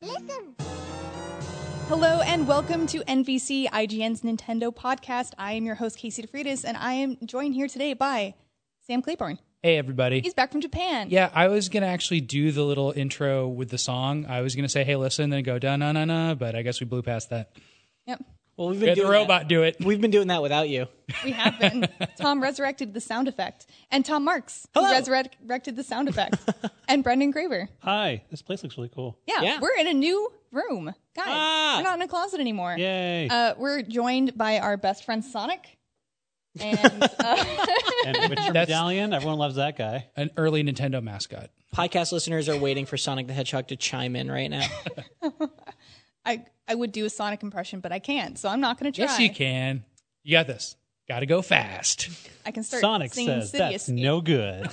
Listen. Hello and welcome to NVC IGN's Nintendo podcast. I am your host Casey DeFritis, and I am joined here today by Sam Claiborne. Hey, everybody. He's back from Japan. yeah, I was going to actually do the little intro with the song. I was going to say, hey, listen, then go, da na na na, but I guess we blew past that. Yep. Well, we've been Let the doing robot that. do it. We've been doing that without you. We have been. Tom resurrected the sound effect, and Tom Marks who Hello. resurrected the sound effect, and Brendan Graver. Hi, this place looks really cool. Yeah, Yeah. we're in a new room, guys. Ah. We're not in a closet anymore. Yay. Uh, we're joined by our best friend Sonic, and uh, and Witcher Medallion, everyone loves that guy. An early Nintendo mascot. Podcast listeners are waiting for Sonic the Hedgehog to chime in right now. I I would do a Sonic impression, but I can't, so I'm not going to try. Yes, you can. You got this. Got to go fast. I can start Sonic singing says Sidious. that's no good.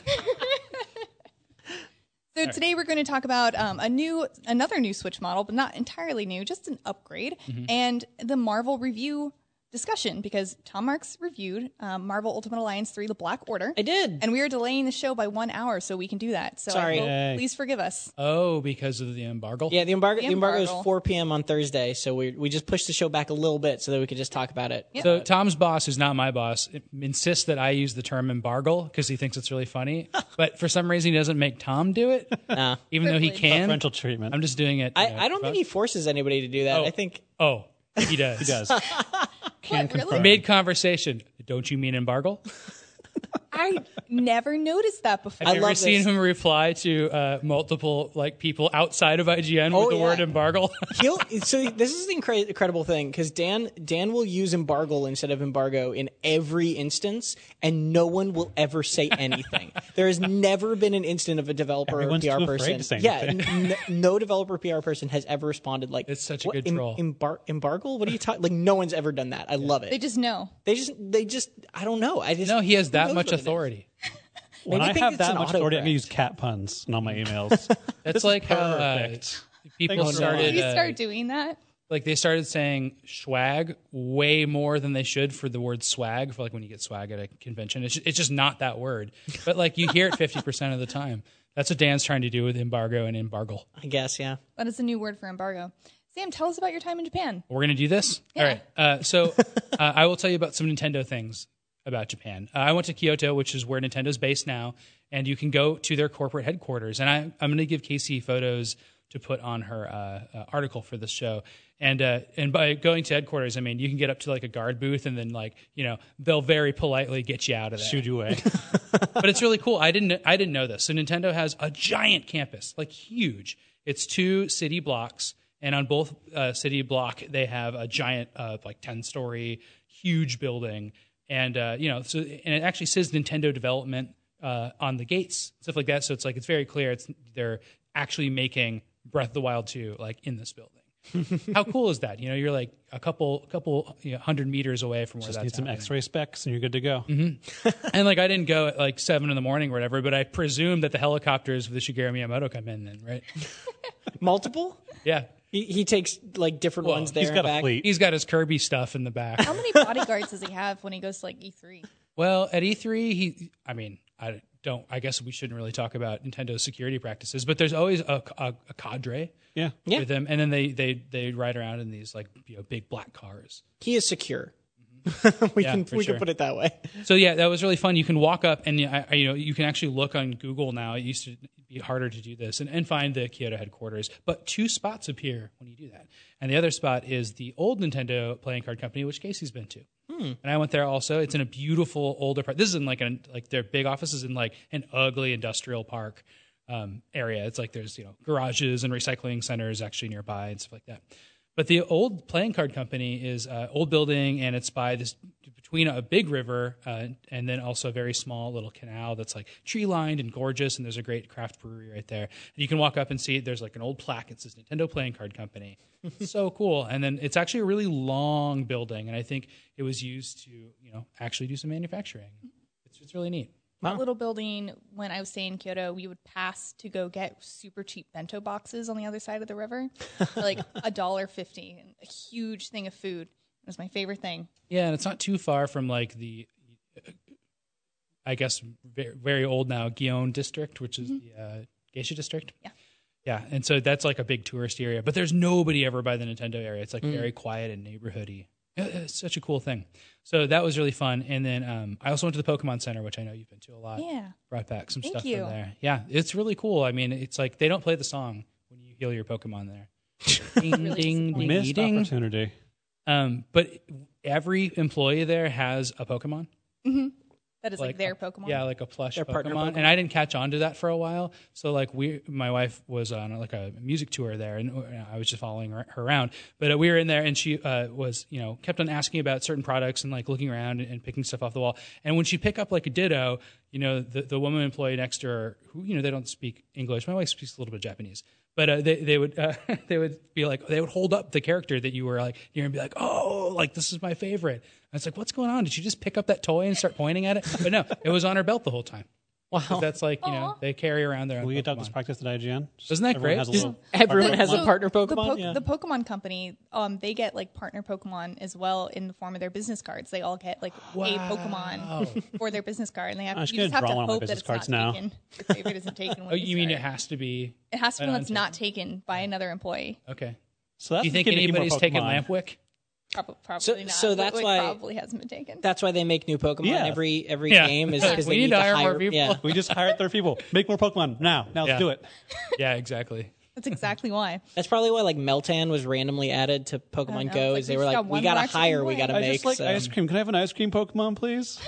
So today we're going to talk about um, a new, another new Switch model, but not entirely new, just an upgrade, Mm-hmm. and the Marvel review discussion because Tom Marks reviewed um, Marvel Ultimate Alliance three: The Black Order. I did. And we are delaying the show by one hour so we can do that. So I Sorry. hope- Yay. please forgive us. Oh, because of the embargo? Yeah, the embargo, The the embargo embargo. is 4 p.m. on Thursday, so we we just pushed the show back a little bit so that we could just talk about it. So Tom's boss, who's not my boss, insists that I use the term embargo because he thinks it's really funny. but for some reason, he doesn't make Tom do it, Nah. even though he Privilege. can. Parental treatment. I'm just doing it. you know, I, I don't think he forces anybody to do that. Oh. I think Oh, he does. he does. Can what, really? Mid conversation. Don't you mean embargo? I never noticed that before. Have you ever love seen this. him reply to uh, multiple like people outside of IGN Oh, with the yeah. word embargo? he'll. so this is the incre- incredible thing because Dan Dan will use embargo instead of embargo in every instance, and no one will ever say anything. there has never been an instant of a developer Everyone's or PR too afraid person. to say yeah, anything. n- no developer PR person has ever responded like It's such a "What, good em- troll." Embar- embargo? What are you talking? Like no one's ever done that. I love it. They just know. They just, they just, I don't know. I just no, he has who that knows much what it is? authority. when Maybe I think have it's that an much authority, I'm autocorrect. going to use cat puns in all my emails. That's like how uh, perfect. people Thanks so started much. You uh, start doing that. like they started saying swag way more than they should for the word swag for like when you get swag at a convention. It's just, it's just not that word, but like you hear it fifty percent of the time. That's what Dan's trying to do with embargo and embargo. I guess, yeah. That is a new word for embargo. Sam, tell us about your time in Japan. We're gonna do this. All right. Uh, so uh, I will tell you about some Nintendo things about Japan. Uh, I went to Kyoto, which is where Nintendo's based now, and you can go to their corporate headquarters. And I, I'm gonna give Casey photos to put on her uh, uh, article for this show. And uh, and by going to headquarters, I mean you can get up to like a guard booth, and then like you know they'll very politely get you out of there Shoot you away. but it's really cool. I didn't I didn't know this. So Nintendo has a giant campus, like huge. It's two city blocks, and on both uh, city block they have a giant, uh, like ten story, huge building, and uh, you know, so and it actually says Nintendo Development uh, on the gates, stuff like that. So it's like it's very clear. It's they're actually making Breath of the Wild two like in this building. How cool is that? You know, you're like a couple, couple you know, hundred meters away from where that's Need some happening x ray specs and you're good to go. Mm-hmm. and like I didn't go at like seven in the morning or whatever, but I presume that the helicopters with the Shigeru Miyamoto come in then, right? Multiple? Yeah, He, he takes like different Well, ones there He's and got a back. fleet. he's got his Kirby stuff in the back. How many bodyguards does he have when he goes to like E E3? well, at E3, he, I mean, I don't, I guess we shouldn't really talk about Nintendo's security practices, but there's always a, a, a cadre Yeah. Yeah. with them, and then they they they ride around in these like you know big black cars. He is secure. we Yeah, can for we sure. can put it that way. So yeah, that was really fun. You can walk up and I- I- you know you can actually look on Google now. It used to be harder to do this and, and find the Kyoto headquarters, but two spots appear when you do that. And the other spot is the old Nintendo playing card company, which Casey's been to. And I went there also. It's in a beautiful old apart. This is in like an like their big offices in like an ugly industrial park um, area. It's like there's you know garages and recycling centers actually nearby and stuff like that. But the old playing card company is uh, old building, and it's by this between a big river uh, and then also a very small little canal that's like tree lined and gorgeous. And there's a great craft brewery right there. And you can walk up and see there's like an old plaque. It says Nintendo Playing Card Company. so cool. And then it's actually a really long building, and I think it was used to you know actually do some manufacturing. It's, it's really neat. That little building, when I was staying in Kyoto, we would pass to go get super cheap bento boxes on the other side of the river, for like a dollar fifty, and a huge thing of food. It was my favorite thing. Yeah, and it's not too far from like the, I guess ve- very old now Gion district, which is the uh, geisha district. Mm-hmm. Yeah. Yeah, and so that's like a big tourist area, but there's nobody ever by the Nintendo area. It's like very quiet and neighborhoody. Yeah, It's such a cool thing. So that was really fun. And then um, I also went to the Pokemon Center, which I know you've been to a lot. Yeah. brought back some Thank stuff you. from there. Yeah, it's really cool. I mean, it's like they don't play the song when you heal your Pokemon there. ding Really ding ding, Missed ding. opportunity. Um, but every employee there has a Pokemon. That is like, their Pokemon. Yeah, like a plush Their Pokemon. partner And I didn't catch on to that for a while. So like we, my wife was on like a music tour there, and uh, I was just following her her around. But uh, we were in there, and she uh, was you know kept on asking about certain products and like looking around and, and picking stuff off the wall. And when she picked up like a Ditto, you know the the woman employee next to her, who you know they don't speak English. My wife speaks a little bit of Japanese. But uh, they they would uh, they would be like they would hold up the character that you were like near and be like oh like this is my favorite. I was like, what's going on? Did she just pick up that toy and start pointing at it? But no, it was on her belt the whole time. Wow. That's like, you know, Oh. Aw. they carry around their own. We adopt Pokemon. this practice at IGN. Just Isn't that everyone great? Has a Just- little Everyone has So a partner Pokemon. The, Poke- yeah. the Pokemon company, um, they get like partner Pokemon as well in the form of their business cards. They all get like a Pokemon for their business card, and they have I'm just you just gonna have to draw one of my hope that business it's cards not now. taken. Your favorite isn't taken. When Oh, you mean it start. has to be. It has to be an one that's untaken- not taken by another employee. Okay. So that's Do you think the key to more anybody's taken Pokemon. Lampwick? Probably, probably So- not. so that's Wigglytuff why- probably hasn't been taken. That's why they make new Pokemon Yeah. every every Yeah. game is Yeah. because We they need need, to to hire hire, more people. Yeah. We just hired third people. Make more Pokemon now. Now let's Yeah. do it. Yeah, exactly. That's exactly why. That's probably why like Meltan was randomly added to know. Pokemon It's Go like, is we they just were like got we one gotta more action hire, we point. gotta I make just like so- ice cream. Can I have an ice cream Pokemon, please?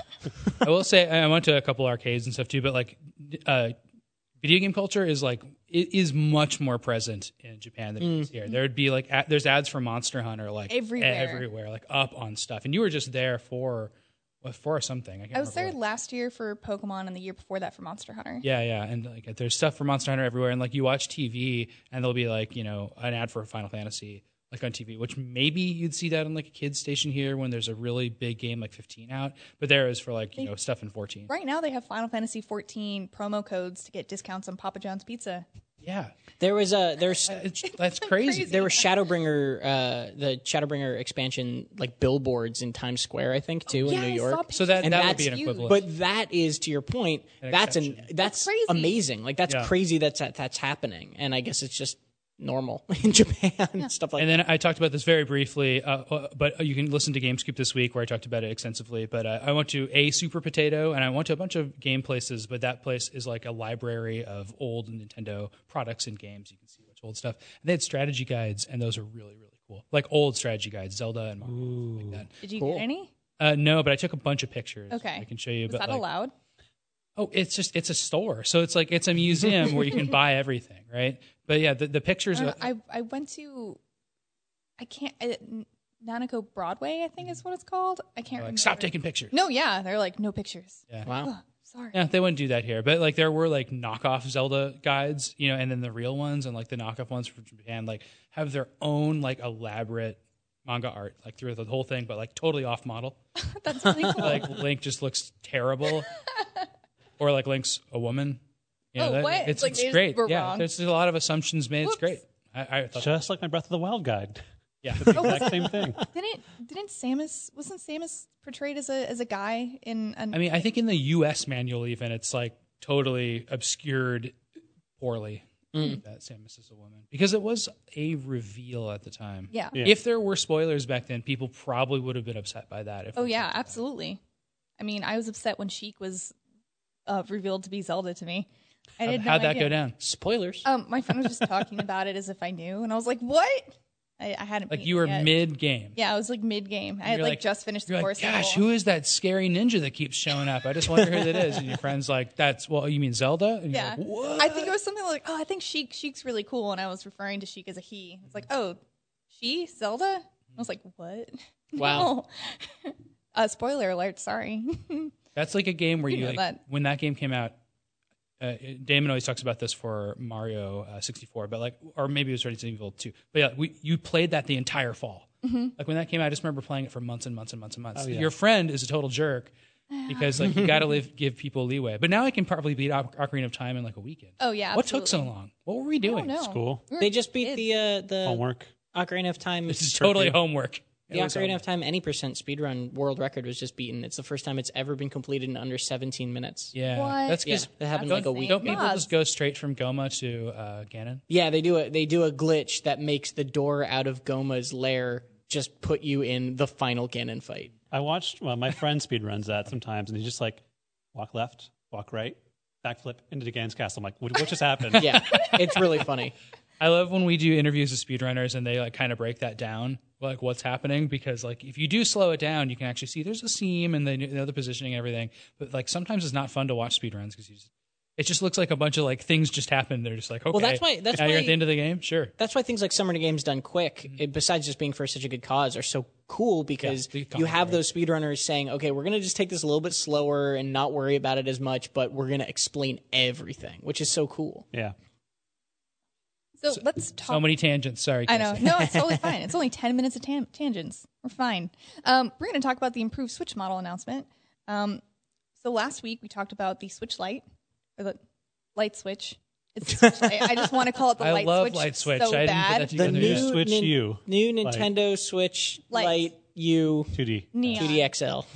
I will say, I went to a couple arcades and stuff too, but like, uh, video game culture is like, it is much more present in Japan than it is here. There'd be like, ad, there's ads for Monster Hunter, like Mm. Everywhere. everywhere, like up on stuff. And you were just there for, for something. I, can't I was remember there what. last year for Pokemon, and the year before that for Monster Hunter. Yeah, yeah, and like there's stuff for Monster Hunter everywhere, and like you watch TV, and there'll be like you know an ad for Final Fantasy like on TV, which maybe you'd see that on like a kids station here when there's a really big game like 15 out, but there is for like you know stuff in 14. Right now, they have Final Fantasy 14 promo codes to get discounts on Papa John's Pizza. Yeah, there was a there's it's, that's crazy. there were Shadowbringer uh the Shadowbringer expansion like billboards in Times Square I think too in yeah, New I York. saw So that And that would be an that's huge. equivalent. But that is to your point. that's an that's crazy. amazing. Like that's Yeah. crazy. That's that, that's happening. And I guess it's just normal in Japan and stuff like. and then I talked about this very briefly, uh, uh, but you can listen to GameScoop this week where I talked about it extensively. But uh, I went to a Super Potato and I went to a bunch of game places, but that place is like a library of old Nintendo products and games. You can see which old stuff. And they had strategy guides, and those are really really cool, like old strategy guides, Zelda and Mario, and stuff like Did you get any? that. Uh, no, but I took a bunch of pictures. Okay. I can show you. Is but that like, allowed? Oh, it's just it's a store, so it's like it's a museum where you can buy everything, right? But yeah, the, the pictures. I, don't know. I I went to, I can't. I, N- Nanako Broadway, I think is what it's called. I can't like remember. stop taking pictures. No, yeah, they're like no pictures. that. Wow. Sorry. Yeah, they wouldn't do that here. But like there were like knockoff Zelda guides, you know, and then the real ones and like the knockoff ones from Japan like have their own like elaborate manga art like through the whole thing, but like totally off model. That's really cool. Like Link just looks terrible, or like Link's a woman. You know, Oh, that- what? It's, Like, it's they just great. were yeah, wrong. there's a lot of assumptions made. It's Whoops. great. I, I thought, Just like my Breath of the Wild guide. yeah, Exact same thing. didn't didn't Samus wasn't Samus portrayed as a as a guy in an I mean, I think in the U.S. manual, even it's like totally obscured poorly that Samus is a woman because it was a reveal at the time. Yeah. Yeah. If there were spoilers back then, people probably would have been upset by that. If Oh yeah, absolutely. I mean, I was upset when Sheik was uh, revealed to be Zelda to me. I How'd, didn't how'd that go down? Spoilers. Um, my friend was just talking about it as if I knew, and I was like, "What?" I, I hadn't. Like beaten you it were yet. mid game. Yeah, I was like mid game. I had You're like, like- just finished the You're like, course. gosh, who is that scary ninja that keeps showing up? I just wonder who that is. And your friend's like, that's, well, you mean Zelda? And you're Yeah, like, what? I think it was something like, "Oh, I think Sheik Sheik's really cool," and I was referring to Sheik as a he. It's like, "Oh, she Zelda." I was like, "What?" Wow. No. uh, spoiler alert. Sorry. That's like a game where you, know like, that. when that game came out. Uh, Damon always talks about this for Mario uh, 64, but like, or maybe it was Resident Evil 2. But yeah, we, you played that the entire fall. Mm-hmm. Like when that came out, I just remember playing it for months and months and months and months. Your friend is a total jerk because like you got to live, give people leeway. But now I can probably beat Oc- Ocarina of Time in like a weekend. oh yeah. what took so absolutely. long? What were we doing? I don't know. Mm. School. We were They just beat kids. Oh, the uh, the Homework. Ocarina of Time. This is totally trophy. homework. The was um, Ocarina all- of Time any percent speedrun world record was just beaten. It's the first time it's ever been completed in under 17 minutes. Yeah, What? that's Yeah, because that happened That's like a insane. week. don't people Gods. just go straight from Goma to uh, Ganon? Yeah, they do a they do a glitch that makes the door out of Goma's lair just put you in the final Ganon fight. I watched well, my friend speed runs that sometimes, and he's just like, walk left, walk right, backflip into the Ganon's castle. I'm like, what, what just happened? Yeah, it's really funny. I love when we do interviews with speedrunners and they like kind of break that down, like what's happening. Because like if you do slow it down, you can actually see there's a seam and then you know the positioning, and everything. But like sometimes it's not fun to watch speedruns because you just, it just looks like a bunch of like things just happened. They're just like okay, that's why- that's now you're why- at the end of the game. Sure, That's why things like Summer Games Done Quick, it, besides just being for such a good cause, are so cool because the you have commentary. those speedrunners saying, okay, we're going to just take this a little bit slower and not worry about it as much, but we're going to explain everything, which is so cool. Yeah. So, let's talk. so many tangents. Sorry, I know. Casey. No, it's totally fine. It's only 10 minutes of tan- tangents. We're fine. Um, we're going to talk about the improved Switch model announcement. Um, so last week we talked about the Switch Lite or the light switch. It's the Switch Lite. I just want to call it the I light love switch. light switch. So I didn't bad. put that together. new- yet. Switch U. New Nintendo Switch Lite. Lite U 2D. Neon. 2D XL.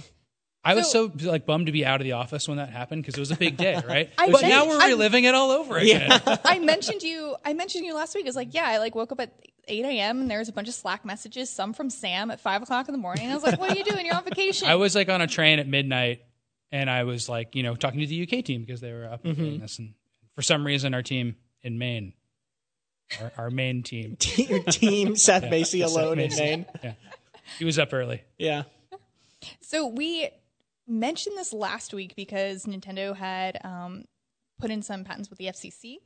I was so like bummed to be out of the office when that happened because it was a big day, right? I but bet- now we're I'm- reliving it all over again. I mentioned you. I mentioned you last week. It's like, yeah, I like woke up at 8 a.m. and there was a bunch of Slack messages, some from Sam at 5 o'clock in the morning. I was like, what are you doing? You're on vacation. I was like on a train at midnight, and I was like, you know, talking to the UK team because they were up and doing this. And for some reason, our team in Maine, our, our Maine team, Your team, Seth Macy Seth alone in Macy. Maine. he was up early. Yeah. So we mentioned this last week because Nintendo had um, put in some patents with the FCC,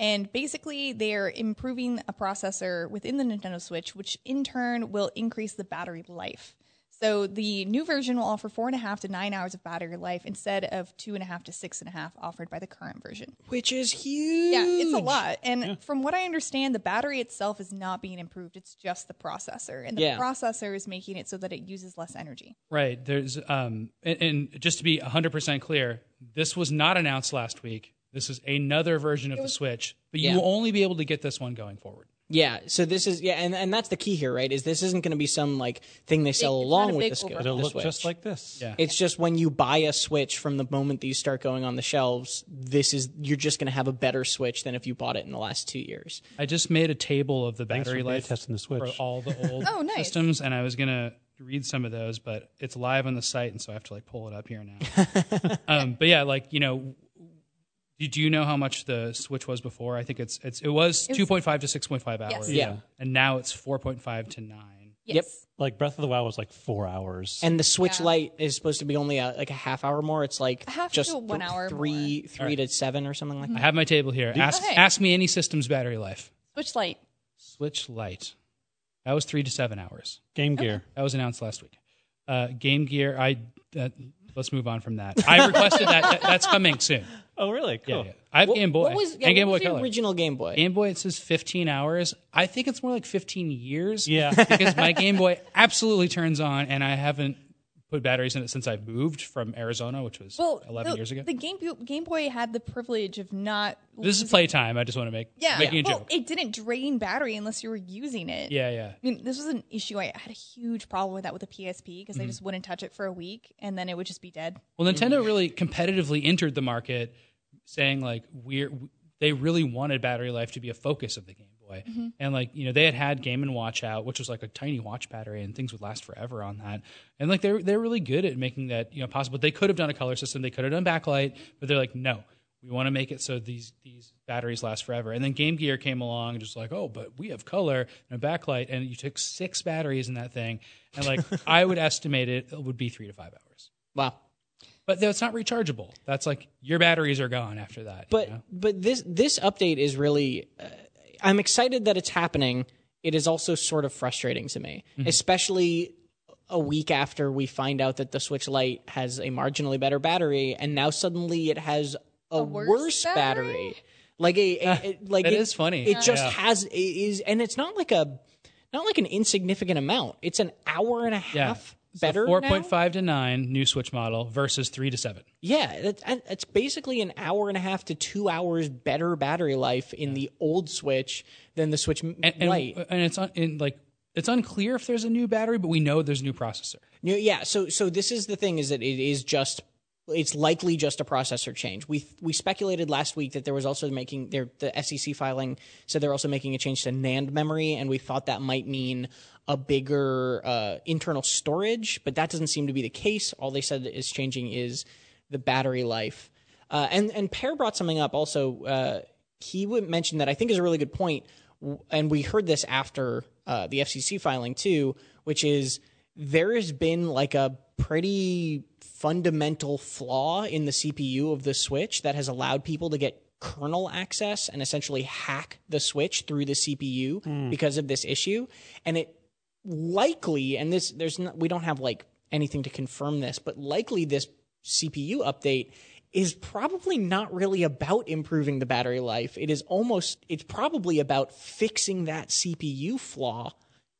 and basically they're improving a processor within the Nintendo Switch, which in turn will increase the battery life. So the new version will offer four and a half to nine hours of battery life instead of two and a half to six and a half offered by the current version. Which is huge. Yeah, it's a lot. And from what I understand, the battery itself is not being improved. It's just the processor. And the Yeah. processor is making it so that it uses less energy. Right. There's um, and, and just to be 100 percent clear, this was not announced last week. This is another version of the Switch, but you Yeah. will only be able to get this one going forward. Yeah, so this is yeah, and, and that's the key here, right? Is this isn't going to be some like thing they sell It's not a along with big the, sc- overhaul. the It'll look Switch. just like this. Yeah. It's just when you buy a Switch from the moment these start going on the shelves, this is you're just going to have a better Switch than if you bought it in the last two years. I just made a table of the Thanks battery for beta life testing the for Switch. all the old Oh, nice. systems, and I was gonna read some of those, but it's live on the site, and so I have to like pull it up here now. um, but yeah, like you know, did you know how much the Switch was before? I think it's it's it was two point five to six point five Yes. hours, Yeah. and now it's four point five to nine. Yes. Yep. Like Breath of the Wild was like four hours. And the Switch Lite is supposed to be only a, like a half hour more. It's like half just to one th- hour three three to seven or something like I that. have my table here. Ask Okay. ask me any system's battery life. Switch Lite. Switch Lite, that was three to seven hours. Game Gear. That was announced last week. Uh, Game Gear, I. Uh, Let's move on from that. I requested that. that. That's coming soon. Oh, really? Cool. Yeah, yeah. I have Game Boy What was, yeah, and Game what Boy was the Color. original Game Boy? Game Boy, it says 15 hours. I think it's more like 15 years. Yeah. Because my Game Boy absolutely turns on, and I haven't put batteries in it since I moved from Arizona, which was Well, 11 the, years ago. the Game Boy, Game Boy had the privilege of not. this is playtime. I just want to make yeah, making a well, joke. it didn't drain battery unless you were using it. yeah, yeah. I mean, this was an issue. I had a huge problem with that with the PSP because I Mm-hmm. just wouldn't touch it for a week, and then it would just be dead. Well, Nintendo really competitively entered the market, saying like we're they really wanted battery life to be a focus of the Game Boy, and like you know they had had Game and Watch out, which was like a tiny watch battery, and things would last forever on that. And like they're they're really good at making that you know possible. They could have done a color system, they could have done backlight, but they're like no. We want to make it so these these batteries last forever. And then Game Gear came along and just like, oh, but we have color and a backlight, and you took six batteries in that thing, and like I would estimate it, it would be three to five hours. Wow. But though it's not rechargeable. That's like your batteries are gone after that. you But know? but this this update is really uh, I'm excited that it's happening. It is also sort of frustrating to me, Mm-hmm. especially a week after we find out that the Switch Lite has a marginally better battery, and now suddenly it has a, worse worse, battery? battery? Like a, a- a- like That it is funny. It just Yeah. has it is, and it's not like a not like an insignificant amount. It's an hour and a half better. four now? point five to nine new Switch model versus three to seven. Yeah, that's, and it's basically an hour and a half to two hours better battery life in the old Switch than the Switch And, uh, and, Lite. and it's on in like It's unclear if there's a new battery, but we know there's a new processor. No, yeah. So so this is the thing is that it is just it's likely just a processor change. We we speculated last week that there was also making there the SEC filing said they're also making a change to NAND memory, and we thought that might mean a bigger uh, internal storage, but that doesn't seem to be the case. All they said is changing is the battery life. Uh, and and Pear brought something up also. Uh, he would mention that I think is a really good point, w- and we heard this after uh, the FCC filing too, which is there has been like a pretty fundamental flaw in the CPU of the Switch that has allowed people to get kernel access and essentially hack the Switch through the CPU because of this issue, and it likely and this there's not, we don't have like anything to confirm this but likely this cpu update is probably not really about improving the battery life it is almost it's probably about fixing that cpu flaw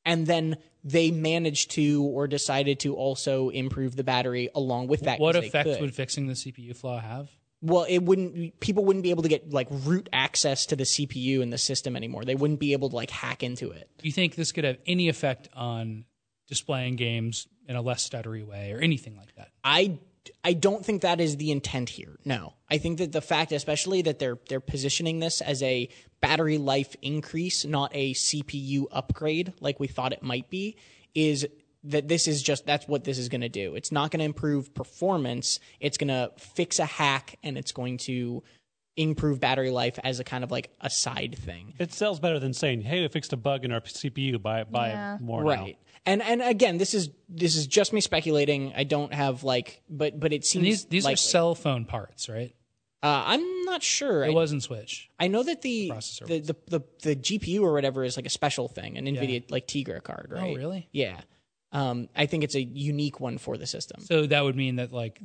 and then they managed to or decided to also improve the battery along with that 'cause What they effect could. would fixing the CPU flaw have? well it wouldn't people wouldn't be able to get like root access to the cpu in the system anymore they wouldn't be able to like hack into it Do you think this could have any effect on displaying games in a less stuttery way or anything like that? I I don't think that is the intent here. No, I think that the fact, especially that they're they're positioning this as a battery life increase, not a CPU upgrade like we thought it might be, is that this is just that's what this is going to do. It's not going to improve performance. It's going to fix a hack, and it's going to improve battery life as a kind of like a side thing. It sells better than saying, "Hey, we fixed a bug in our CPU. Buy buy Yeah. more now." Right. And and again, this is this is just me speculating. I don't have like, but but it seems And these these are likely. cell phone parts, right? Uh, I'm not sure. I It wasn't Switch. I know that the processor the, the, the the GPU or whatever is like a special thing, an NVIDIA like Tegra card, right? Oh, really? Yeah. Um, I think it's a unique one for the system. So that would mean that like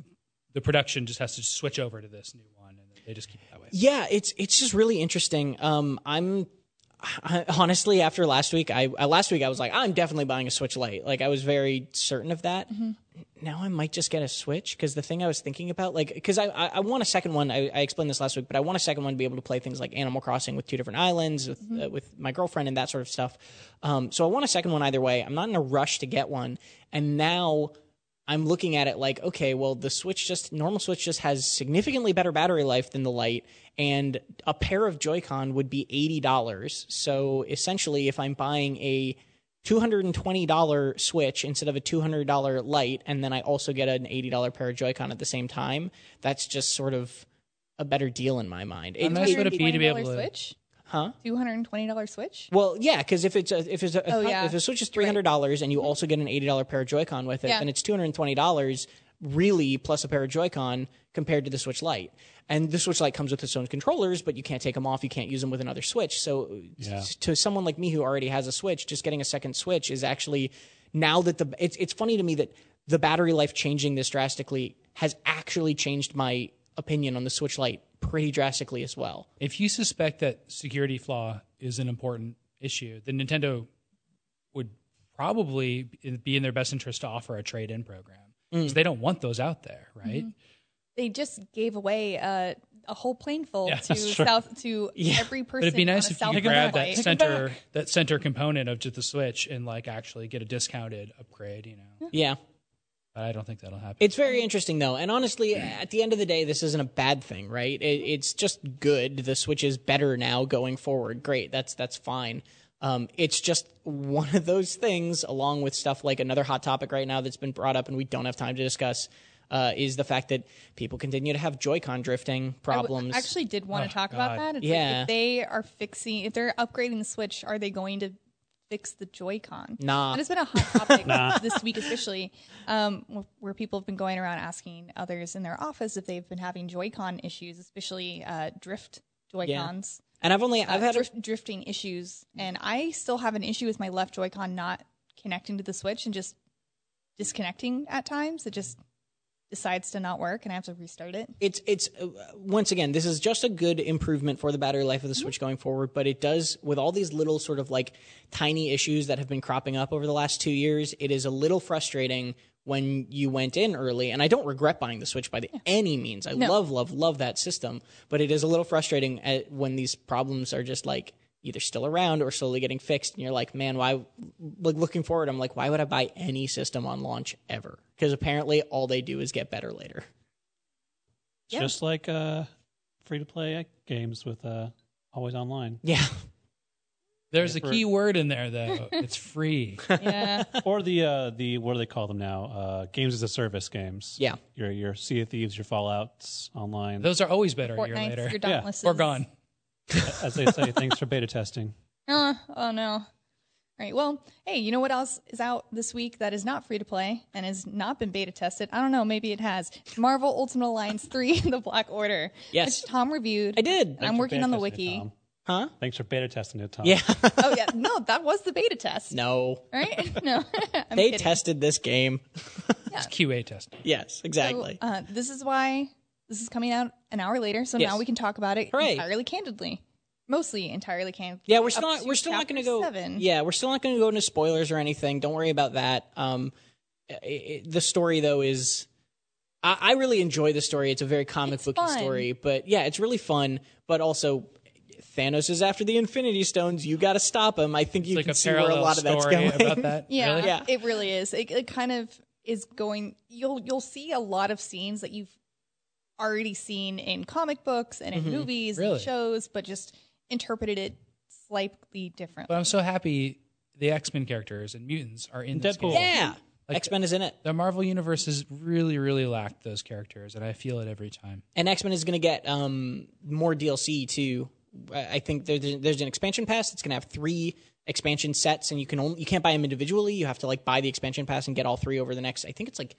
the production just has to switch over to this new one, and they just keep it that way. yeah, it's it's just really interesting. Um, I'm I, honestly after last week, I, I last week I was like, I'm definitely buying a Switch Lite. Like I was very certain of that. Now I might just get a Switch because the thing I was thinking about, like, because I, I I want a second one. I, I explained this last week, but I want a second one to be able to play things like Animal Crossing with two different islands with uh, with my girlfriend and that sort of stuff. Um, so I want a second one either way. I'm not in a rush to get one, and now. I'm looking at it like, okay, well, the Switch just normal Switch just has significantly better battery life than the Lite, and a pair of Joy-Con would be eighty dollars. So essentially, if I'm buying a two hundred and twenty dollar Switch instead of a two hundred dollar Lite, and then I also get an eighty dollar pair of Joy-Con at the same time, that's just sort of a better deal in my mind. It- Unless- Nice would it be to be able $220 to- Switch? huh? Two hundred and twenty dollars Switch. Well, yeah, because if it's a, if it's a, Oh, yeah. Mm-hmm. if the Switch is three hundred dollars and you also get an eighty dollar pair of Joy-Con with it, Yeah. then it's two hundred and twenty dollars really plus a pair of Joy-Con compared to the Switch Lite. And the Switch Lite comes with its own controllers, but you can't take them off. You can't use them with another Switch. So t- to someone like me who already has a Switch, just getting a second Switch is actually now that the it's it's funny to me that the battery life changing this drastically has actually changed my opinion on the Switch Lite pretty drastically as well. If you suspect that security flaw is an important issue, then Nintendo would probably be in their best interest to offer a trade-in program because Mm. they don't want those out there, Mm-hmm. right? They just gave away uh, a whole plane full Yeah, to that's true. south to every person. But it'd be nice on a if you South could Carolina grab that flight. center that center component of just the Switch and like actually get a discounted upgrade, you know. Yeah. But I don't think that'll happen. It's very interesting though, and honestly, at the end of the day, this isn't a bad thing, right? It, it's just good. The Switch is better now going forward. Great, that's that's fine. Um, it's just one of those things, along with stuff like another hot topic right now that's been brought up, and we don't have time to discuss, uh, is the fact that people continue to have Joy-Con drifting I w- problems. actually did want to talk about that. It's like Yeah. if they are fixing, if they're upgrading the Switch, are they going to fix the Joy-Con? Nah. And it's been a hot topic this week, especially um, wh- where people have been going around asking others in their office if they've been having Joy-Con issues, especially uh, drift Joy-Cons, and I've only I've had a- drift, drifting issues. And I still have an issue with my left Joy-Con not connecting to the Switch and just disconnecting at times. It just decides to not work, and I have to restart it. it's it's uh, once again this is just a good improvement for the battery life of the switch going forward but it does with all these little sort of like tiny issues that have been cropping up over the last 2 years it is a little frustrating when you went in early and I don't regret buying the switch by the, any means I love love love that system but it is a little frustrating at, when these problems are just like either still around or slowly getting fixed and you're like man why like looking forward, I'm like, why would I buy any system on launch ever? Because apparently all they do is get better later. Yeah. Just like uh, free to play games with uh, always online, Yeah. There's a For- key word in there though. it's free. yeah. or the uh, the what do they call them now? Uh, games as a service games. Yeah. your your Sea of Thieves, your Fallout's online. Those are always better a year Fortnite's later. your Yeah. dauntless. Or gone. as they say, thanks for beta testing. Oh, oh no. All right. Well, hey, you know what else is out this week that is not free to play and has not been beta tested? I don't know. Maybe it has. Marvel Ultimate Alliance 3 The Black Order. Yes. Which Tom reviewed. I did. And I'm For working on the beta testing it, wiki. Tom. Huh? Thanks for beta testing it, Tom. Yeah. Oh, yeah. No, that was the beta test. no. All Right? No. I'm They kidding. tested this game. It's QA testing. Yes, exactly. So, uh, this is why this is coming out an hour later. So Yes. now we can talk about it Hooray. entirely candidly. Mostly entirely candidly. yeah, we're still up not, to we're still not chapter going to go. Seven. Yeah, we're still not going to go into spoilers or anything. Don't worry about that. Um, i i the story though is, I, I really enjoy the story. It's a very comic It's booky fun. story, but yeah, it's really fun. But also, Thanos is after the Infinity Stones. You got to stop him. I think you Like can a see where parallel a lot of that's story going. about that. Yeah, Really? Yeah. it really is. It, it kind of is going. You'll you'll see a lot of scenes that you've already seen in comic books and in Mm-hmm. movies Really? and shows, but just interpreted it slightly differently. But I'm so happy the X Men characters and mutants are in this Deadpool. game. yeah, X Men is in it, The Marvel universe has really, really lacked those characters, and I feel it every time. and X Men is going to get um more DLC too. I I think there- there's there's an expansion pass that's going to have three expansion sets, and you can only you can't buy them individually. You have to like buy the expansion pass and get all three over the next. I think it's like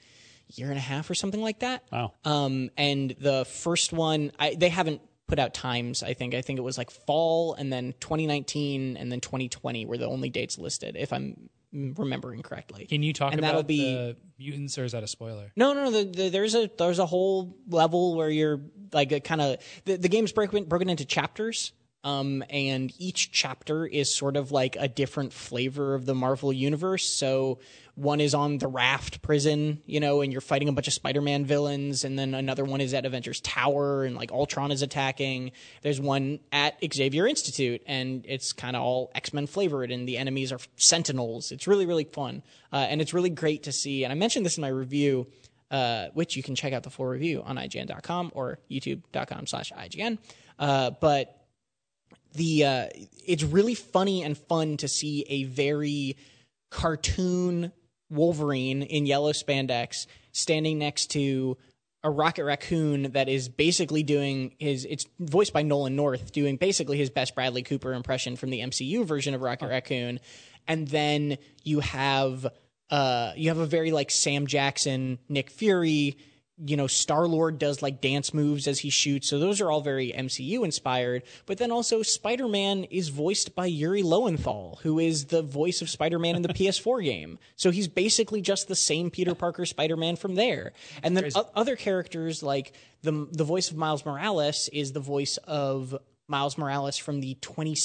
year and a half or something like that. Wow. Um, and the first one, I, they haven't put out times. I think I think it was like fall, and then 2019, and then 2020 were the only dates listed, if I'm remembering correctly. Can you talk And that'll about be- the mutants, or is that a spoiler? No, no, the, the, there's a there's a whole level where you're like kind of the, the game's broken broken into chapters. Um, and each chapter is sort of like a different flavor of the Marvel universe. So one is on the raft prison, you know, and you're fighting a bunch of Spider-Man villains, and then another one is at Avengers Tower, and like Ultron is attacking. There's one at Xavier Institute, and it's kind of all X-Men flavored, and the enemies are Sentinels. It's really really fun, uh, and it's really great to see. And I mentioned this in my review uh, which you can check out the full review on ign.com or youtube.com slash ign uh, but the uh, it's really funny and fun to see a very cartoon wolverine in yellow spandex standing next to a rocket raccoon that is basically doing his it's voiced by nolan north doing basically his best bradley cooper impression from the mcu version of rocket raccoon and then you have uh you have a very like sam jackson nick fury you know star lord does like dance moves as he shoots so those are all very mcu inspired but then also spider-man is voiced by yuri lowenthal who is the voice of spider-man in the ps4 game so he's basically just the same peter parker spider-man from there and then o- other characters like the the voice of miles morales is the voice of Miles Morales from the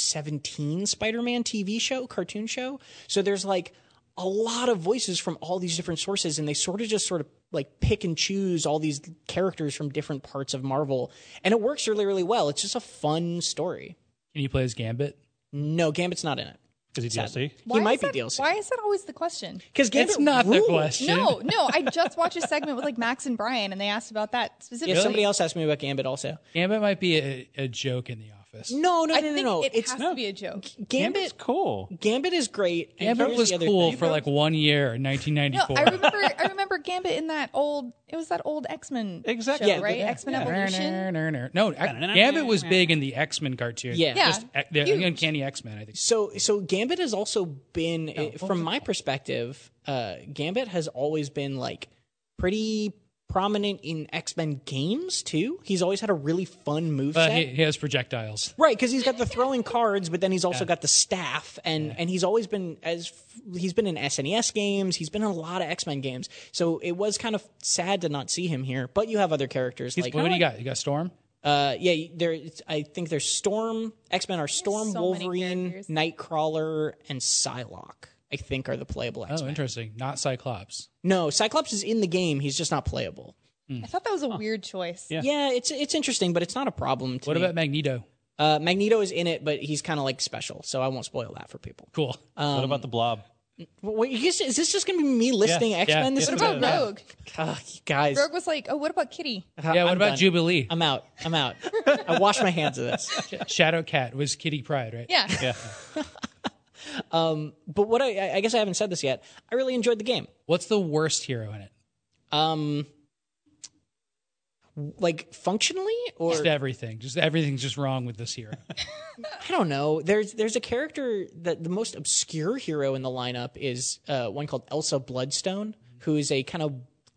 2017 Spider-Man TV show, cartoon show. So there's like a lot of voices from all these different sources and they sort of just sort of like pick and choose all these characters from different parts of Marvel and it works really really well. It's just a fun story. Can you play as Gambit? No, Gambit's not in it. Is he DLC? He is might be that, DLC. Why is that always the question? Cuz Gambit It's not the ruled. question. No, no. I just watched a segment with like Max and Brian, and they asked about that Yeah, specifically. somebody else asked me about Gambit also. Gambit might be a, a joke in the office. No, no, I no, no, think no. it It's has to be a joke. Gambit's Gambit cool. Gambit is great. and Gambit here's was the other cool thing. for like one year, No, 1994. I remember. I remember Gambit in that old. It was that old X Men. Exactly. Show, Yeah, right? yeah, X Men Evolution. No, I- Gambit was big in the X Men cartoon. Yeah. Yeah. Just, uh, the Huge. Uncanny X Men, I think. So, so Gambit has also been, Oh, uh, from my perspective, uh, Gambit has always been like pretty prominent in X Men games too. He's always had a really fun moveset. But he, he has projectiles. Right, because he's got the throwing cards, but then he's also got the staff, and and he's always been as f- he's been in SNES games, he's been in a lot of X Men games. So it was kind of sad to not see him here. But you have other characters like what do you got? You got Storm? uh, yeah, there. I think there's Storm. X Men are Storm, so many Wolverine, characters. Nightcrawler, and Psylocke. I think are the playable X Oh, Men. interesting. Not Cyclops. no, Cyclops is in the game. He's just not playable. I thought that was a weird choice. Yeah. Yeah, it's it's interesting, but it's not a problem. To What me. about Magneto? uh, Magneto? Is in it, but he's kind of like special, so I won't spoil that for people. Cool. what about the Blob? Wait, you just, is this just going to be me listing yeah, X Men? this yeah. is What about Yeah. Rogue? Ugh, you guys. Rogue was like, oh, what about Kitty? Yeah, what I'm about done. Jubilee? I'm out. I'm out. I wash my hands of this. Shadow Cat was Kitty Pride, right? Yeah. Yeah. But what I, I- I guess I haven't said this yet. I really enjoyed the game. What's the worst hero in it? Um, like functionally, or Just everything. Just everything's just wrong with this hero. I don't know. There's there's a character that the most obscure hero in the lineup is uh, one called Elsa Bloodstone, who is a kind of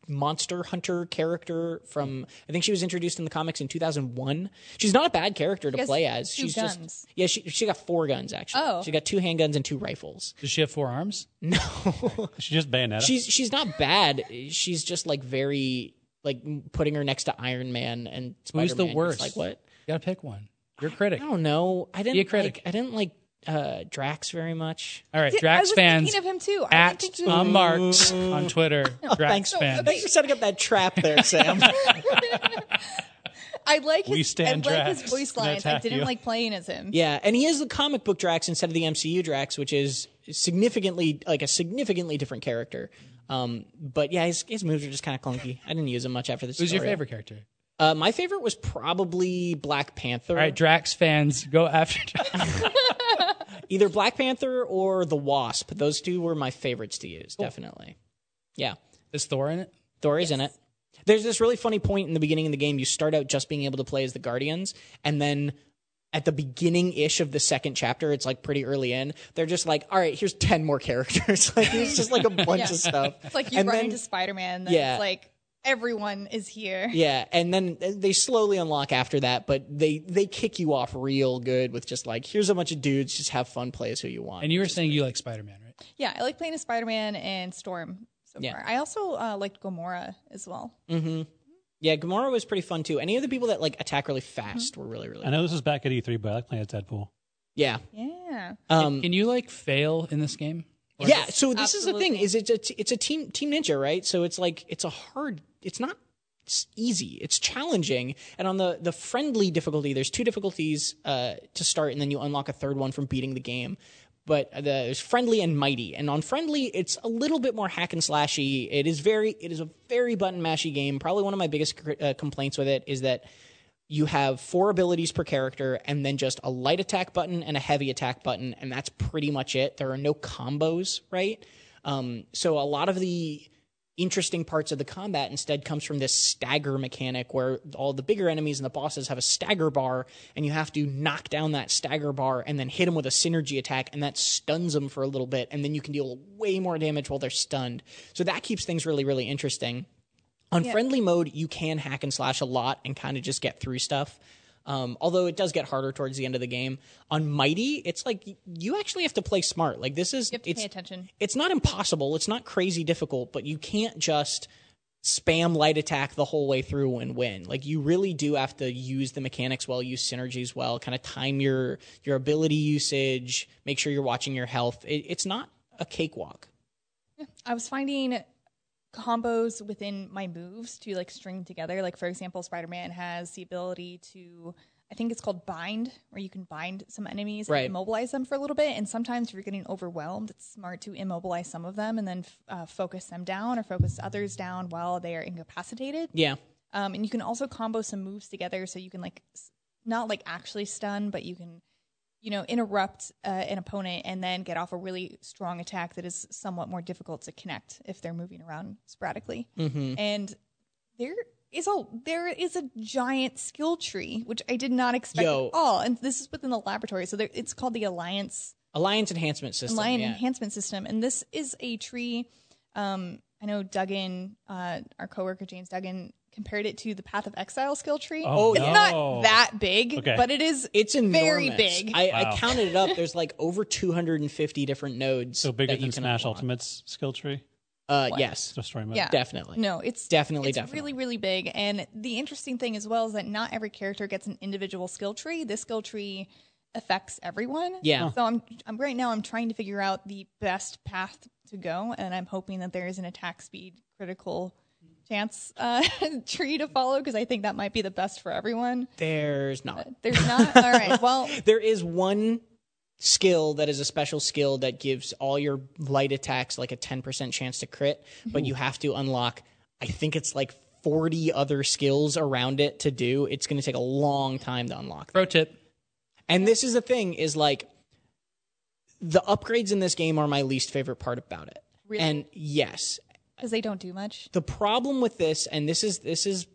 monster hunter character from I think she was introduced in the comics in 2001. She's not a bad character to has play as. two She's guns. just yeah, she she got four guns actually. Oh. She got two handguns and two rifles. Does she have four arms? She just bayonet. She's she's not bad. She's just like very like m- putting her next to Iron Man and Spider-Man. Who's the It's worst? Like what? You gotta pick one. You're a critic. I don't know. I didn't a critic. like I didn't like uh, Drax very much. All right, Yeah, I Drax was fans thinking of him too. I didn't at think he was- Tom Marks on Twitter. Drax Thanks, fans. thanks for setting up that trap there, Sam. I like We his, I stand like his Drax. voice Gonna lines. I attack didn't you. like playing as him. yeah, and he is the comic book Drax instead of the MCU Drax, which is significantly like a significantly different character. Um, but yeah, his, his moves are just kind of clunky. I didn't use him much after this. Who's your favorite character? Uh, my favorite was probably Black Panther. All right, Drax fans, go after Drax. Either Black Panther or the Wasp. Those two were my favorites to use, definitely. Yeah. Is Thor in it? Thor is in it. There's this really funny point in the beginning of the game. You start out just being able to play as the Guardians, and then at the beginning ish of the second chapter, it's like pretty early in. They're just like, all right, here's ten more characters. like it's just like a bunch of stuff. It's like you And run then- into Spider Man. Yeah. It's like everyone is here. Yeah, and then they slowly unlock after that, but they they kick you off real good with just like, here's a bunch of dudes, just have fun, play as who you want. And you were saying you like Spider Man, right? Yeah, I like playing as Spider Man and Storm so Yeah. far. I also uh, liked Gomorrah as well. Mm-hmm. yeah, Gamora was pretty fun too. Any of the people that like attack really fast were really really. I know this is back at E3, but I like playing as Deadpool. Yeah, um, Yeah. Can you like fail in this game? Or yeah so this is the Absolutely. thing is it's a t- it's a team team ninja right so it's like it's a hard it's not s- easy it's challenging and on the the friendly difficulty there's two difficulties uh to start and then you unlock a third one from beating the game but the there's friendly and mighty and on friendly it's a little bit more hack and slashy it is very it is a very button mashy game probably one of my biggest cri- uh, complaints with it is that you have four abilities per character and then just a light attack button and a heavy attack button and that's pretty much it there are no combos right um, so a lot of the interesting parts of the combat instead comes from this stagger mechanic where all the bigger enemies and the bosses have a stagger bar and you have to knock down that stagger bar and then hit them with a synergy attack and that stuns them for a little bit and then you can deal way more damage while they're stunned so that keeps things really really interesting on friendly mode, you can hack and slash a lot and kind of just get through stuff. Um, although it does get harder towards the end of the game. On mighty, it's like y- you actually have to play smart. Like this is Pay it's attention. it's not impossible. It's not crazy difficult, but you can't just spam light attack the whole way through and win. Like you really do have to use the mechanics well, use synergies well, kind of time your your ability usage, make sure you're watching your health. It, it's not a cakewalk. I was finding combos within my moves to like string together. Like for example, Spider Man has the ability to I think it's called bind, where you can bind some enemies Right. and immobilize them for a little bit. And sometimes if you're getting overwhelmed, it's smart to immobilize some of them and then f- uh, focus them down or focus others down while they are incapacitated. Yeah. Um, and you can also combo some moves together so you can like s- not like actually stun, but you can you know interrupt uh, an opponent and then get off a really strong attack that is somewhat more difficult to connect if they're moving around sporadically. mm-hmm. And there is a there is a giant skill tree which I did not expect Yo. at all. And this is within the laboratory, so there, it's called the Alliance Alliance enhancement system. lion yeah. enhancement system and this is a tree um, i know duggan uh, our coworker james duggan compared it to the path of exile skill tree Oh, it's no. not that big Okay. but it is It's enormous. very big I, I Wow. counted it up. There's like over 250 different nodes. So that bigger you than can Smash unlock. Ultimate's skill tree. Uh, yes, So story mode. Yeah. definitely. no it's Definitely, it's really definitely. really big and the interesting thing as well is that not every character gets an individual skill tree this skill tree affects everyone Yeah. so i'm i'm right now i'm trying to figure out the best path to go and i'm hoping that there is an attack speed critical chance uh, tree to follow because i think that might be the best for everyone There's not. there's not all right well There is one skill that is a special skill that gives all your light attacks like a 10% chance to crit, but you have to unlock, I think it's like 40 other skills around it to do. It's going to take a long time to unlock. Pro tip. And this is the thing is like the upgrades in this game are my least favorite part about it. Really? And yes, because they don't do much. the problem with this and this is this is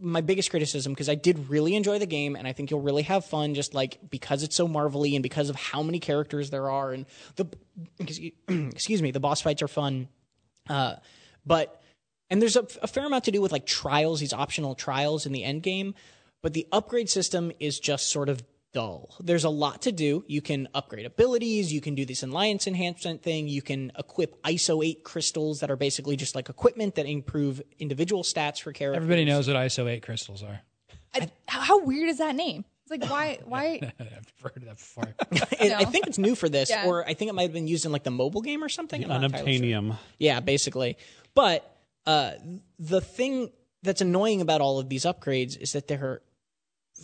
my biggest criticism because I did really enjoy the game and I think you'll really have fun just like because it's so marvelly and because of how many characters there are and the excuse- excuse me the boss fights are fun uh but and there's a, a fair amount to do with like trials these optional trials in the end game but the upgrade system is just sort of dull there's a lot to do you can upgrade abilities you can do this alliance enhancement thing you can equip iso 8 crystals that are basically just like equipment that improve individual stats for characters Everybody knows what ISO 8 crystals are. I, how, how weird is that name? It's like why why I've heard of that before. It- I think it's new for this, Yeah. or I think it might have been used in like the mobile game or something. I'm not entirely sure. Unobtainium. Yeah, basically. But uh, the thing that's annoying about all of these upgrades is that they're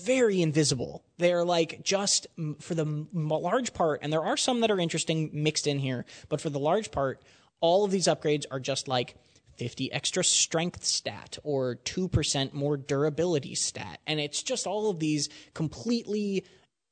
very invisible. They're like just m- for the m- large part, and there are some that are interesting mixed in here, but for the large part, all of these upgrades are just like 50 extra strength stat or 2% more durability stat. And it's just all of these completely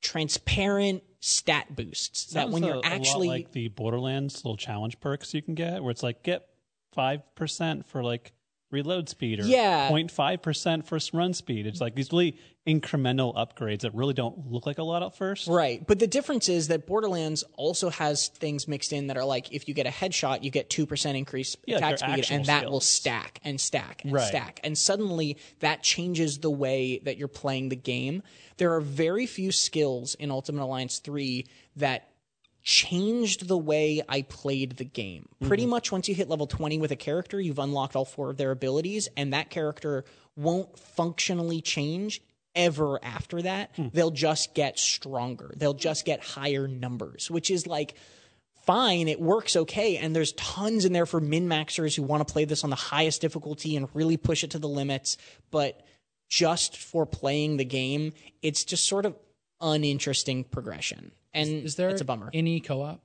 transparent stat boosts that Sounds when a- you're a lot actually like the Borderlands little challenge perks you can get, where it's like get five percent for like reload speed or Yeah. 05 percent for run speed. It's like these really incremental upgrades that really don't look like a lot at first. Right. But the difference is that Borderlands also has things mixed in that are like if you get a headshot, you get 2% increase Yeah, like attack their speed, actual and that will skills. stack and stack and Right. stack. And suddenly that changes the way that you're playing the game. There are very few skills in Ultimate Alliance 3 that changed the way I played the game. Pretty much once you hit level 20 with a character, you've unlocked all four of their abilities, and that character won't functionally change ever after that. They'll just get stronger, they'll just get higher numbers, which is like. Fine, it works okay, and there's tons in there for min maxers who want to play this on the highest difficulty and really push it to the limits. But just for playing the game, it's just sort of uninteresting progression, and Is there it's a bummer. any co-op?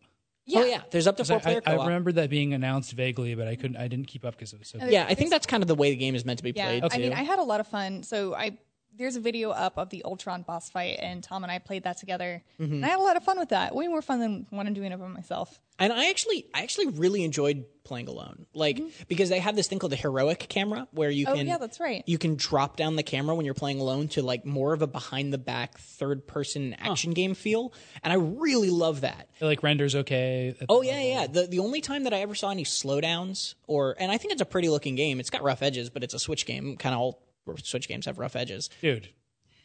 Oh yeah, there's up to four I, player I co-op. remember that being announced vaguely, but I couldn't. I didn't keep up because it was so. yeah, I think that's kind of the way the game is meant to be played. I too. mean, I had a lot of fun. So I there's a video up of the Ultron boss fight, and Tom and I played that together, and I had a lot of fun with that. Way more fun than when I'm doing it by myself. and I actually, I actually really enjoyed playing alone, like Mm-hmm. because they have this thing called the heroic camera where you Oh can yeah, that's right. you can drop down the camera when you're playing alone to like more of a behind the back third person action game feel, and I really love that. It like renders okay. at Oh the yeah, level. yeah. The the only time that I ever saw any slowdowns or and I think it's a pretty looking game. It's got rough edges, but it's a Switch game. Kind of all Switch games have rough edges. dude.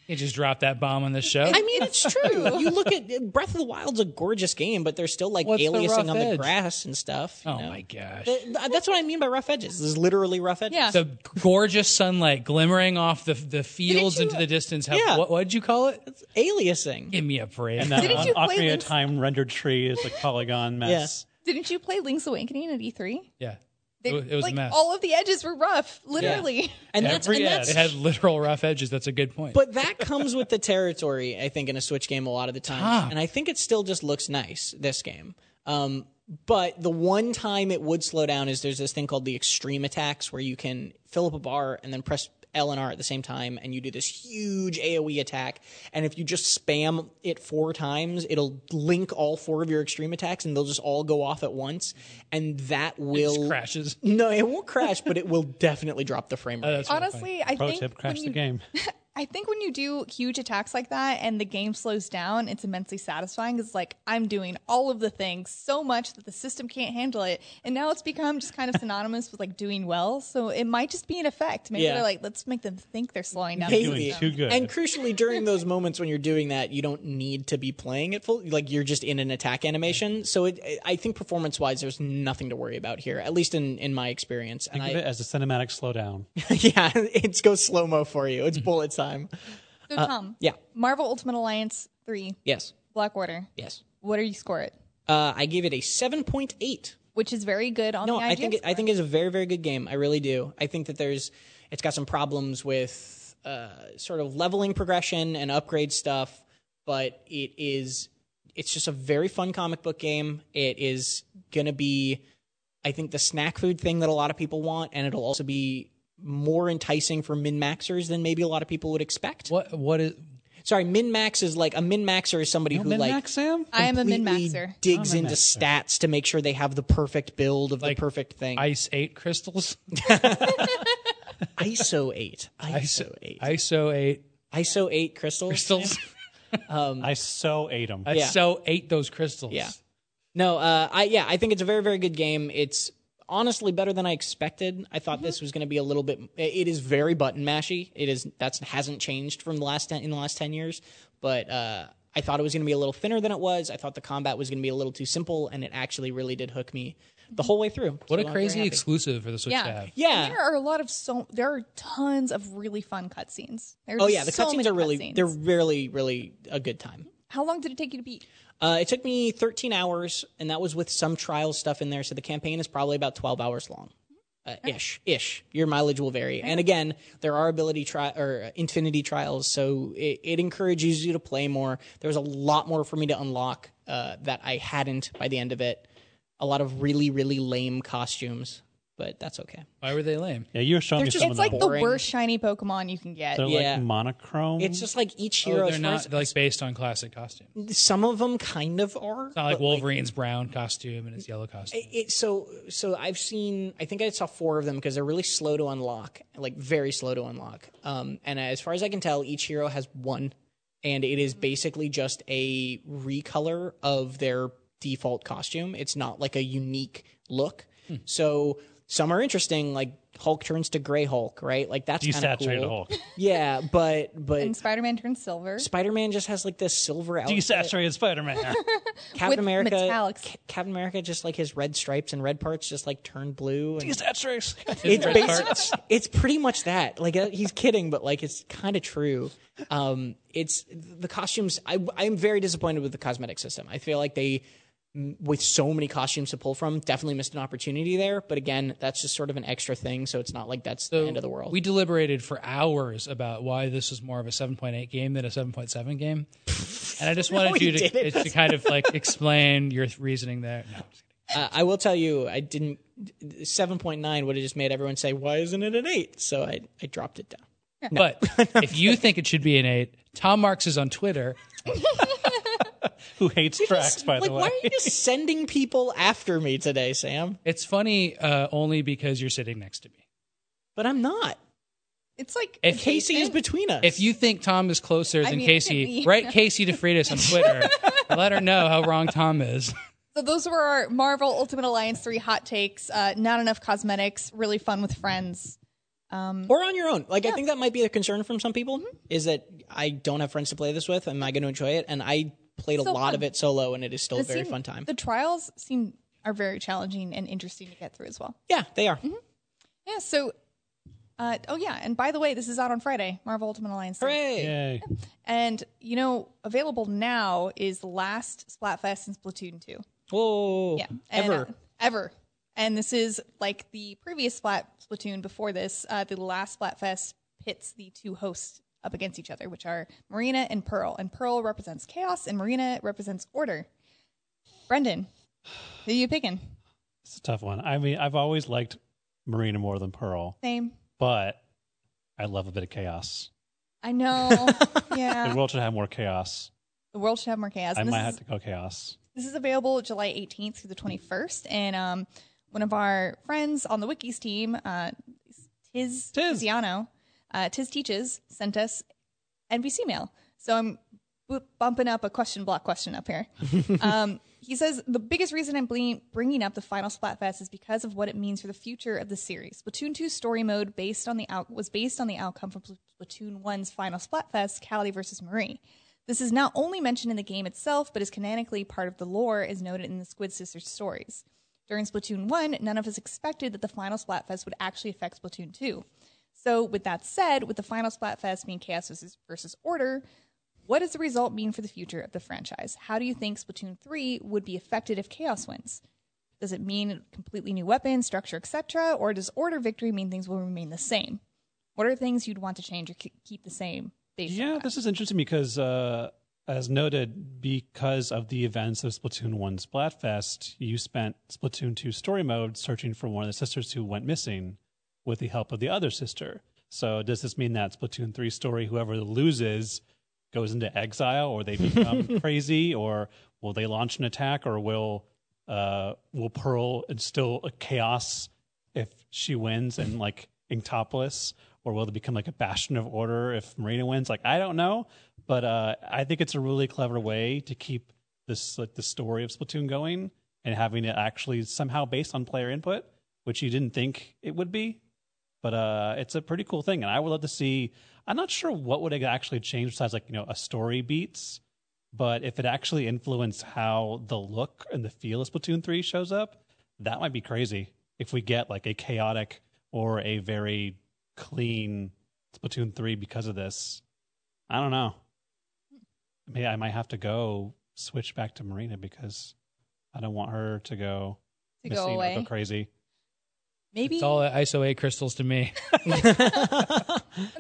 You just dropped that bomb on this show. I mean, it's true. you look at Breath of the Wild's a gorgeous game, but they're still like What's the rough aliasing on the edge? grass and stuff. you oh know? my gosh. Th- th- That's what I mean by rough edges. This is literally rough edges. Yeah. the gorgeous sunlight glimmering off the the fields you, into the distance. How, Yeah. What what did you call it? Aliasing. Give me a break. And that Didn't on you play Ocarina of Link's- Time rendered tree is like polygon mess. Didn't you play Link's Awakening at E3? yeah, They- it, wa- it was like a mess. all of the edges were rough, literally. And that's, Every and edge. that's it had literal rough edges. That's a good point. but that comes with the territory, I think, in a Switch game a lot of the time. And I think it still just looks nice, this game. Um, but the one time it would slow down is there's this thing called the extreme attacks where you can fill up a bar and then press L and R at the same time and you do this huge AoE attack. And if you just spam it four times, it'll link all four of your extreme attacks and they'll just all go off at once. And that Just will crashes. No, it won't crash, but it will definitely drop the frame rate. Uh, That's really funny. Honestly, I Pro think tip: when crash you, the game. I think when you do huge attacks like that and the game slows down, it's immensely satisfying. 'cause It's like I'm doing all of the things so much that the system can't handle it, and now it's become just kind of synonymous with like doing well. So it might just be an effect. Maybe Yeah. they're like, let's make them think they're slowing down. Maybe. doing too good. And crucially, during those moments when you're doing that, you don't need to be playing it full. Like you're just in an attack animation. So it, I think performance wise, there's nothing to worry about here, at least in, in my experience. And Think of I, it as a cinematic slowdown. yeah, it's go slow mo for you. It's bullet time. So Tom, Uh, Yeah. Marvel Ultimate Alliance three, Yes. Black Order. Yes. What are you score it? Uh, I gave it a 7.8. Which is very good on No, the I IGN think it, I think it's a very very good game. I really do. I think that there's it's got some problems with uh, sort of leveling progression and upgrade stuff, but it is it's just a very fun comic book game. It is going to be, I think, the snack food thing that a lot of people want, and it'll also be more enticing for min maxers than maybe a lot of people would expect. What what is Sorry, min max is like a min maxer is somebody who like Max Sam? I am a min completely maxer. digs I'm a into min-maxer. stats to make sure they have the perfect build of Like, the perfect thing. ice eight crystals? ISO eight, ISO ISO eight, ISO eight ISO eight crystals. crystals. Um, I so ate him. I Yeah. so ate those crystals. Yeah. No, uh, I yeah, I think it's a very very good game. It's honestly better than I expected. I thought this was going to be a little bit. It is very button mashy. It is that's hasn't changed from the last ten, in the last ten years, but. Uh, I thought it was going to be a little thinner than it was. I thought the combat was going to be a little too simple, and it actually really did hook me the whole way through. What So a I'm very crazy happy. exclusive for the Switch to Yeah. have. Yeah. And there are a lot of so there are tons of really fun cutscenes. There are Oh yeah, the so cutscenes many are really cutscenes. they're really really a good time. How long did it take you to beat? Uh, it took me 13 hours, and that was with some trial stuff in there. So the campaign is probably about 12 hours long, uh, ish, ish. Your mileage will vary. And again, there are ability tri- or uh, infinity trials, so it, it encourages you to play more. There was a lot more for me to unlock uh, that I hadn't by the end of it. A lot of really really lame costumes, but that's okay. Why were they lame? Yeah, you were showing They're me just- some It's of like them. the boring. worst shiny Pokemon you can get. They're Yeah. like monochrome. It's just like each hero. Oh, as they're far not as- they're like based on classic costumes. It's some of them kind of are. not like Wolverine's brown costume and his yellow costume. it, so so I've seen I think I saw four of them because they're really slow to unlock, like very slow to unlock. Um, and as far as I can tell, each hero has one, and it is basically just a recolor of their default costume. It's not like a unique look. So some are interesting, like Hulk turns to Gray Hulk, right? Like that's kind of desaturated cool. Hulk. Yeah, but And but Spider Man turns silver. Spider Man just has like this silver outfit. Desaturated Spider Man. Captain With America, metallics. Ca- Captain America, just like his red stripes and red parts, just like turned blue. and- Desaturated. it's Red basi- it's pretty much that. Like uh, he's kidding, but like it's kind of true. Um, it's the costumes. I I'm very disappointed with the cosmetic system. I feel like they, m- with so many costumes to pull from, definitely missed an opportunity there. But again, that's just sort of an extra thing. So it's not like that's the end of the world. We deliberated for hours about why this was more of a 7.8 game than a 7.7 game. And I just wanted we you to, didn't. to kind of like explain your th- reasoning there. No, I'm just kidding. uh, I will tell you, I didn't. Seven point nine would have just made everyone say, "Why isn't it an 8? So I I dropped it down. But if you think it should be an eight, Tom Marks is on Twitter. Who hates tracks, by like, the way. why are you just sending people after me today, Sam? It's funny uh, only because you're sitting next to me. But I'm not. It's like If Casey is adjacent. between us. If you think Tom is closer than mean, Casey, we- write Casey DeFritis on Twitter and let her know how wrong Tom is. So those were our Marvel Ultimate Alliance three hot takes. Uh, not enough cosmetics. Really fun with friends. or on your own. Like I think that might be a concern from some people Mm-hmm. is that I don't have friends to play this with. Am I going to enjoy it? And I played a So lot fun. of it solo, and it is still a It very seemed- fun time. The trials seem are very challenging and interesting to get through as well. yeah, they Mm-hmm. are. Yeah. So. Uh, oh yeah, and by the way, this is out on Friday, Marvel Ultimate Alliance. 3. Hooray! Yay. And you know, available now is the last Splatfest and Splatoon two. Whoa! Yeah. And, ever. uh, ever. And this is like the previous Splat Splatoon before this. Uh, the last Splatfest pits the two hosts up against each other, which are Marina and Pearl. And Pearl represents chaos, and Marina represents order. Brendan, who you picking? It's a tough one. I mean, I've always liked Marina more than Pearl, Same. but I love a bit of chaos. I know. yeah. The world should have more chaos. The world should have more chaos. I And Uh, this might is- have to go chaos. This is available July 18th through the 21st. And um, one of our friends on the Wikis team, uh, Tiz Tiz. Tiziano, uh, Tiz Teaches, sent us NBC mail. So I'm bu- bumping up a question block question up here. um, he says the biggest reason I'm bling- bringing up the final Splatfest is because of what it means for the future of the series. Splatoon 2 story mode based on the out- was based on the outcome from Spl- Splatoon 1's final Splatfest, Cali versus Marie. This is not only mentioned in the game itself, but is canonically part of the lore, as noted in the Squid Sisters stories. During Splatoon 1, none of us expected that the final Splatfest would actually affect Splatoon 2. So, with that said, with the final Splatfest being Chaos versus, versus Order, what does the result mean for the future of the franchise? How do you think Splatoon 3 would be affected if Chaos wins? Does it mean completely new weapons, structure, etc., or does Order victory mean things will remain the same? What are things you'd want to change or ke- keep the same? Based on Yeah, that? this is interesting because uh, as noted, because of the events of Splatoon 1 Splatfest, you spent Splatoon 2 story mode searching for one of the sisters who went missing with the help of the other sister. So, does this mean that Splatoon 3 story, whoever loses, goes into exile or they become crazy or will they launch an attack or will uh, will Pearl instill a chaos if she wins and like Inktopolis, or will it become like a bastion of order if Marina wins? Like I don't know, but uh, I think it's a really clever way to keep this like the story of Splatoon going and having it actually somehow based on player input, which you didn't think it would be. But uh, it's a pretty cool thing, and I would love to see. I'm not sure what would it actually change besides like you know a story beats, but if it actually influenced how the look and the feel of Splatoon three shows up, that might be crazy if we get like a chaotic or a very clean Splatoon 3 because of this. I don't know. Maybe I might have to go switch back to Marina because I don't want her to go To missing go or away. go crazy. Maybe It's all ISO 8 crystals to me. I'm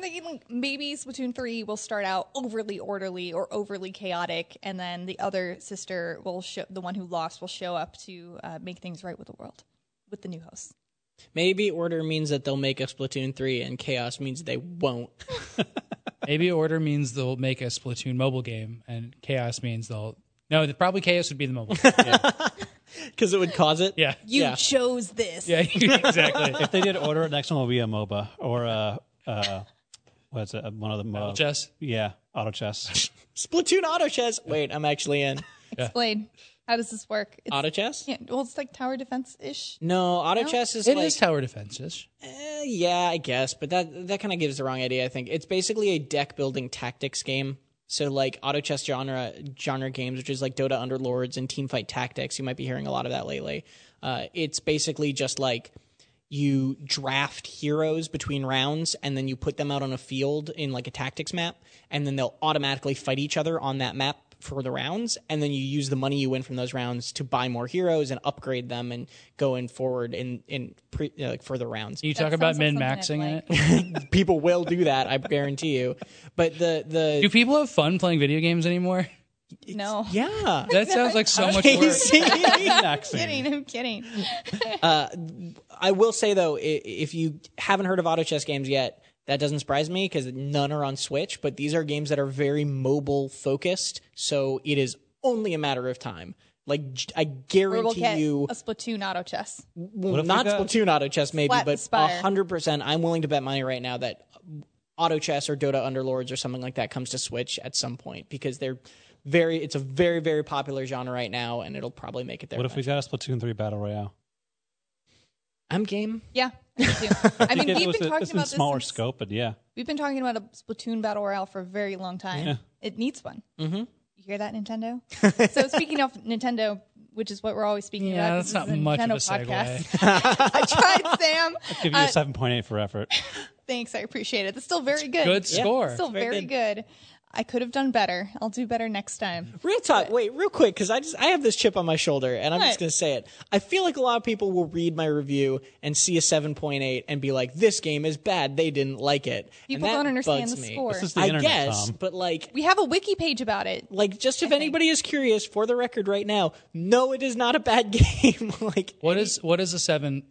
thinking like maybe Splatoon three will start out overly orderly or overly chaotic, and then the other sister will show the one who lost will show up to uh, make things right with the world, with the new host. Maybe order means that they'll make a Splatoon 3 and chaos means they won't. Maybe order means they'll make a Splatoon mobile game, and chaos means they'll. No, the, probably chaos would be the mobile. game. Because it would cause it. yeah. You Yeah. chose this. Yeah, exactly. If they did order it, next one will be a MOBA or a, uh, what's it, one of the mo- Jess, Yeah, auto chess. Splatoon auto chess. Wait, I'm actually in. Explain. How does this work? It's, Auto chess? yeah, well, it's like tower defense ish. No, auto chess is it like is tower defenses. eh, yeah, I guess, but that that kind of gives the wrong idea. I think it's basically a deck building tactics game. So like auto chess genre genre games, which is like Dota Underlords and Team Fight Tactics. You might be hearing a lot of that lately. Uh, it's basically just like you draft heroes between rounds and then you put them out on a field in like a tactics map and then they'll automatically fight each other on that map for the rounds and then you use the money you win from those rounds to buy more heroes and upgrade them and go in forward in in pre, you know, like further rounds Can you That talk about min sounds like maxing something I'd it? people will do that i guarantee you but the Do the people have fun playing video games anymore? No, yeah That sounds like so much work. Casey. I'm kidding. I'm kidding. I will say though, i- if you haven't heard of auto chess games yet, that doesn't surprise me because none are on Switch. But these are games that are very mobile focused, so it is only a matter of time. Like j- I Or we'll guarantee get you, a Splatoon auto chess. well, if we not got- Splatoon auto chess maybe, Flat but Spire. hundred percent. I'm willing to bet money right now that auto chess or Dota Underlords or something like that comes to Switch at some point because they're very. It's a very very popular genre right now, and it'll probably make it there. What if we got a Splatoon 3 battle royale? I'm game. Yeah, me too. I mean, Because we've it's been a- talking it's in about smaller this. since- scope, but yeah. We've been talking about a Splatoon battle royale for a very long time. Yeah. It needs one. Mm-hmm. You hear that, Nintendo? so speaking of Nintendo, which is what we're always speaking Yeah, about. that's this not is a much of Nintendo a segue. podcast. I tried, Sam. Uh, Give you a 7.8 for effort. Thanks, I appreciate it. That's still very good. Good score. Still very good. I could have done better. I'll do better next time. Real talk. Wait, real quick, because I just I have this chip on my shoulder, and I'm just What? gonna say it. I feel like a lot of people will read my review and see a 7.8 and be like, "This game is bad. They didn't like it." And People that don't understand bugs the me. score. This is the I internet, guess, Tom. but like, We have a wiki page about it. like just if anybody is curious, for the record, right now, no, it is not a bad game. like What is what is a seven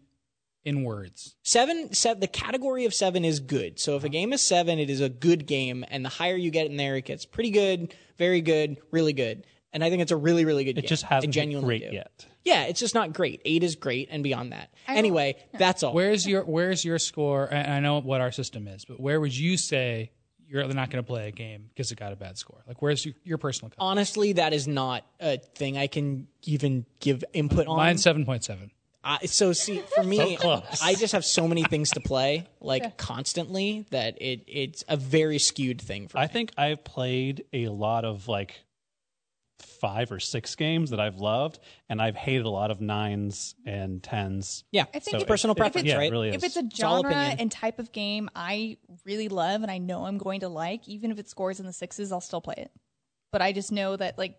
in words? seven, seven, the category of seven is good. So if a game is seven, it is a good game, and the higher you get in there, it gets pretty good, very good, really good. And I think it's a really, really good It game. just I hasn't been genuinely great do. yet. Yeah, it's just not great. Eight is great, and beyond that. anyway, that's all. Where's your Where's your score? And I know what our system is, but where would you say you're not going to play a game because it got a bad score? Like, where's your, your personal? comment? Honestly, that is not a thing I can even give input Um, on. Mine's seven point seven. I, so see, for me, close. I just have so many things to play, like constantly, that it it's a very skewed thing for I me. think I've played a lot of like five or six games that I've loved, and I've hated a lot of nines and tens. Yeah, I think it's if- personal if it's- preference, yeah, right? it really is. If it's a all genre opinion. and type of game I really love and I know I'm going to like, even if it scores in the sixes, I'll still play it. But I just know that like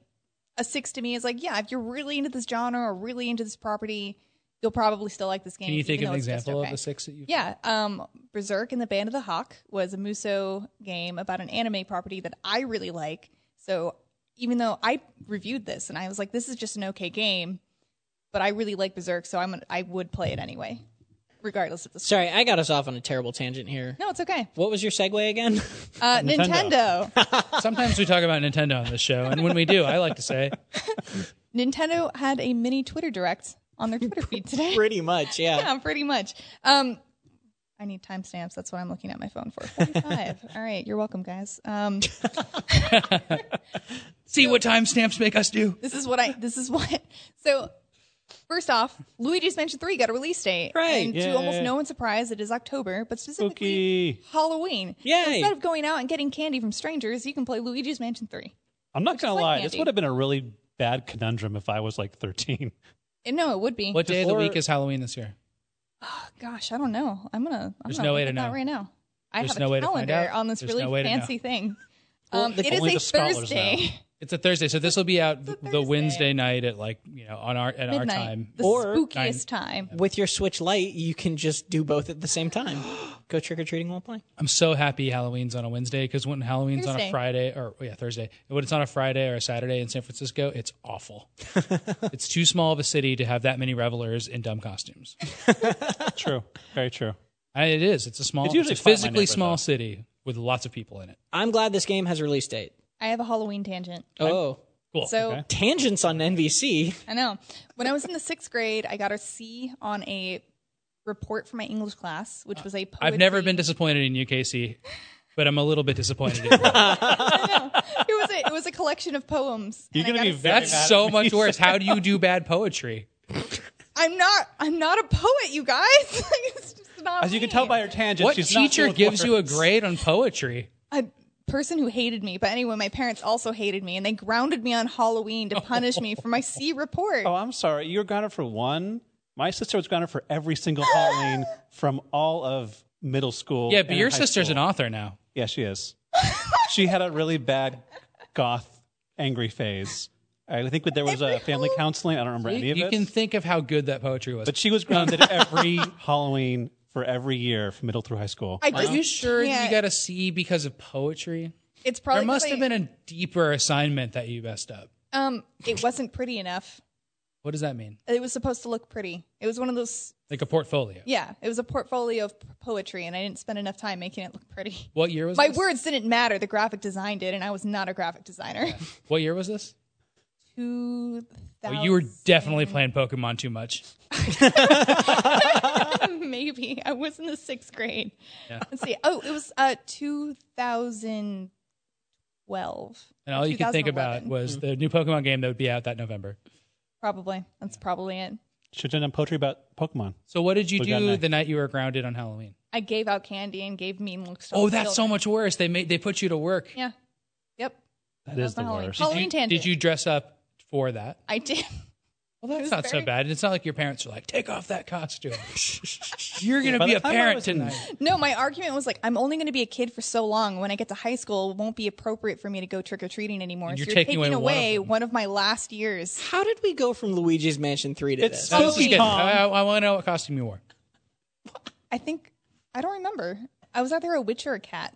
a six to me is like, yeah, if you're really into this genre or really into this property, you'll probably still like this game. Can you think even of an though it's just example okay. of the six that you? Yeah, um, Berserk and the Band of the Hawk was a Muso game about an anime property that I really like. So even though I reviewed this and I was like, this is just an okay game, but I really like Berserk, so I'm gonna, I would play it anyway, regardless of the. Sorry, I got us off on a terrible tangent here. No, it's okay. What was your segue again? Uh, Nintendo. Nintendo. Sometimes we talk about Nintendo on this show, and when we do, I like to say Nintendo had a mini Twitter direct on their Twitter feed today. Pretty much, yeah. yeah, pretty much. Um, I need timestamps. That's what I'm looking at my phone for. 45. All right, you're welcome, guys. Um, See what timestamps make us do. this is what I. This is what. So, first off, Luigi's Mansion Three got a release date, Right, And yeah. to almost no one's surprise, it is October, but specifically Spooky. Halloween. So Yay. instead of going out and getting candy from strangers, you can play Luigi's Mansion Three. I'm not gonna like lie. This candy. would have been a really bad conundrum if I was like 13. And no, it would be. What day of the Before- week is Halloween this year? Gosh, I don't know. I'm gonna. I'm There's gonna no way look to at that know. right now. I There's have a no way to find calendar out. on this There's really no way to know. fancy thing. Um, it is only a the scholars know. Thursday, It's a Thursday, so this will be out the Thursday. Wednesday night at like you know on our at our midnight, time. the Or- spookiest time. With your Switch Lite, you can just do both at the same time. Go trick or treating while playing. I'm so happy Halloween's on a Wednesday because when Halloween's on a Thursday. Friday or yeah Thursday, when it's on a Friday or a Saturday in San Francisco, it's awful. it's too small of a city to have that many revelers in dumb costumes. true. Very true. I, it is. It's a small, It's usually it's a flat in my physically neighborhood, small though. city with lots of people in it. I'm glad this game has a release date. I have a Halloween tangent. Oh, Cool. So okay. tangents on NBC. I know. When I was in the sixth grade, I got a C on a report for my English class, which was a poetry. I've never been disappointed in you, Casey, but I'm a little bit disappointed. in you. It was a, it was a collection of poems. and You're I gonna got be a very That's mad at so me. much worse. How do you do bad poetry? I'm not. I'm not a poet, you guys. it's just not As you me. can tell by her tangent, What she's not teacher full of gives you a words. grade on poetry? a person who hated me. But anyway, my parents also hated me, and they grounded me on Halloween to punish me for my C report. Oh, I'm sorry. You were gone for one. My sister was gone for every single Halloween from all of middle school. Yeah, but and your high sister's school. an author now. Yeah, she is. she had a really bad goth angry phase. I think there was a family counseling. I don't remember any of You it. can think of how good that poetry was. but she was grounded every Halloween for every year from middle through high school. I Are just you sure can't. you got a C because of poetry? It's probably There 'cause must have I- been a deeper assignment that you messed up. Um, it wasn't pretty enough. What does that mean? It was supposed to look pretty. It was one of those Like a portfolio. Yeah, it was a portfolio of p- poetry, and I didn't spend enough time making it look pretty. What year was My this? words didn't matter. The graphic design did, and I was not a graphic designer. What year was this? Two Oh, thousand. you were definitely playing Pokemon too much. maybe I was in the sixth grade. Let's see. Oh, it was uh two thousand twelve. And all you could think about was Mm-hmm. the new Pokemon game that would be out that November. probably that's probably it. Should have done poetry about Pokemon. So what did you got do next? the night you were grounded on Halloween? I gave out candy and gave mean looks. To all Oh, the that's so children. much worse. They made they put you to work. Yeah. Yep. That is my the Halloween. worst. Halloween Did, tangent. did you dress up for that? I did. Well, that's was not so very- bad. It's not like your parents are like, take off that costume. You're gonna By be the a time I parent was in- tonight. No, my argument was like, I'm only going to be a kid for so long. When I get to high school, it won't be appropriate for me to go trick or treating anymore. And so you're you're taking taking, away away one of them. one of, my last years. How did we go from Luigi's Mansion 3 to It's this? No, this is spooky, good. Tom. I, want to know what costume you wore. I think I don't remember. I was either a witch or a cat.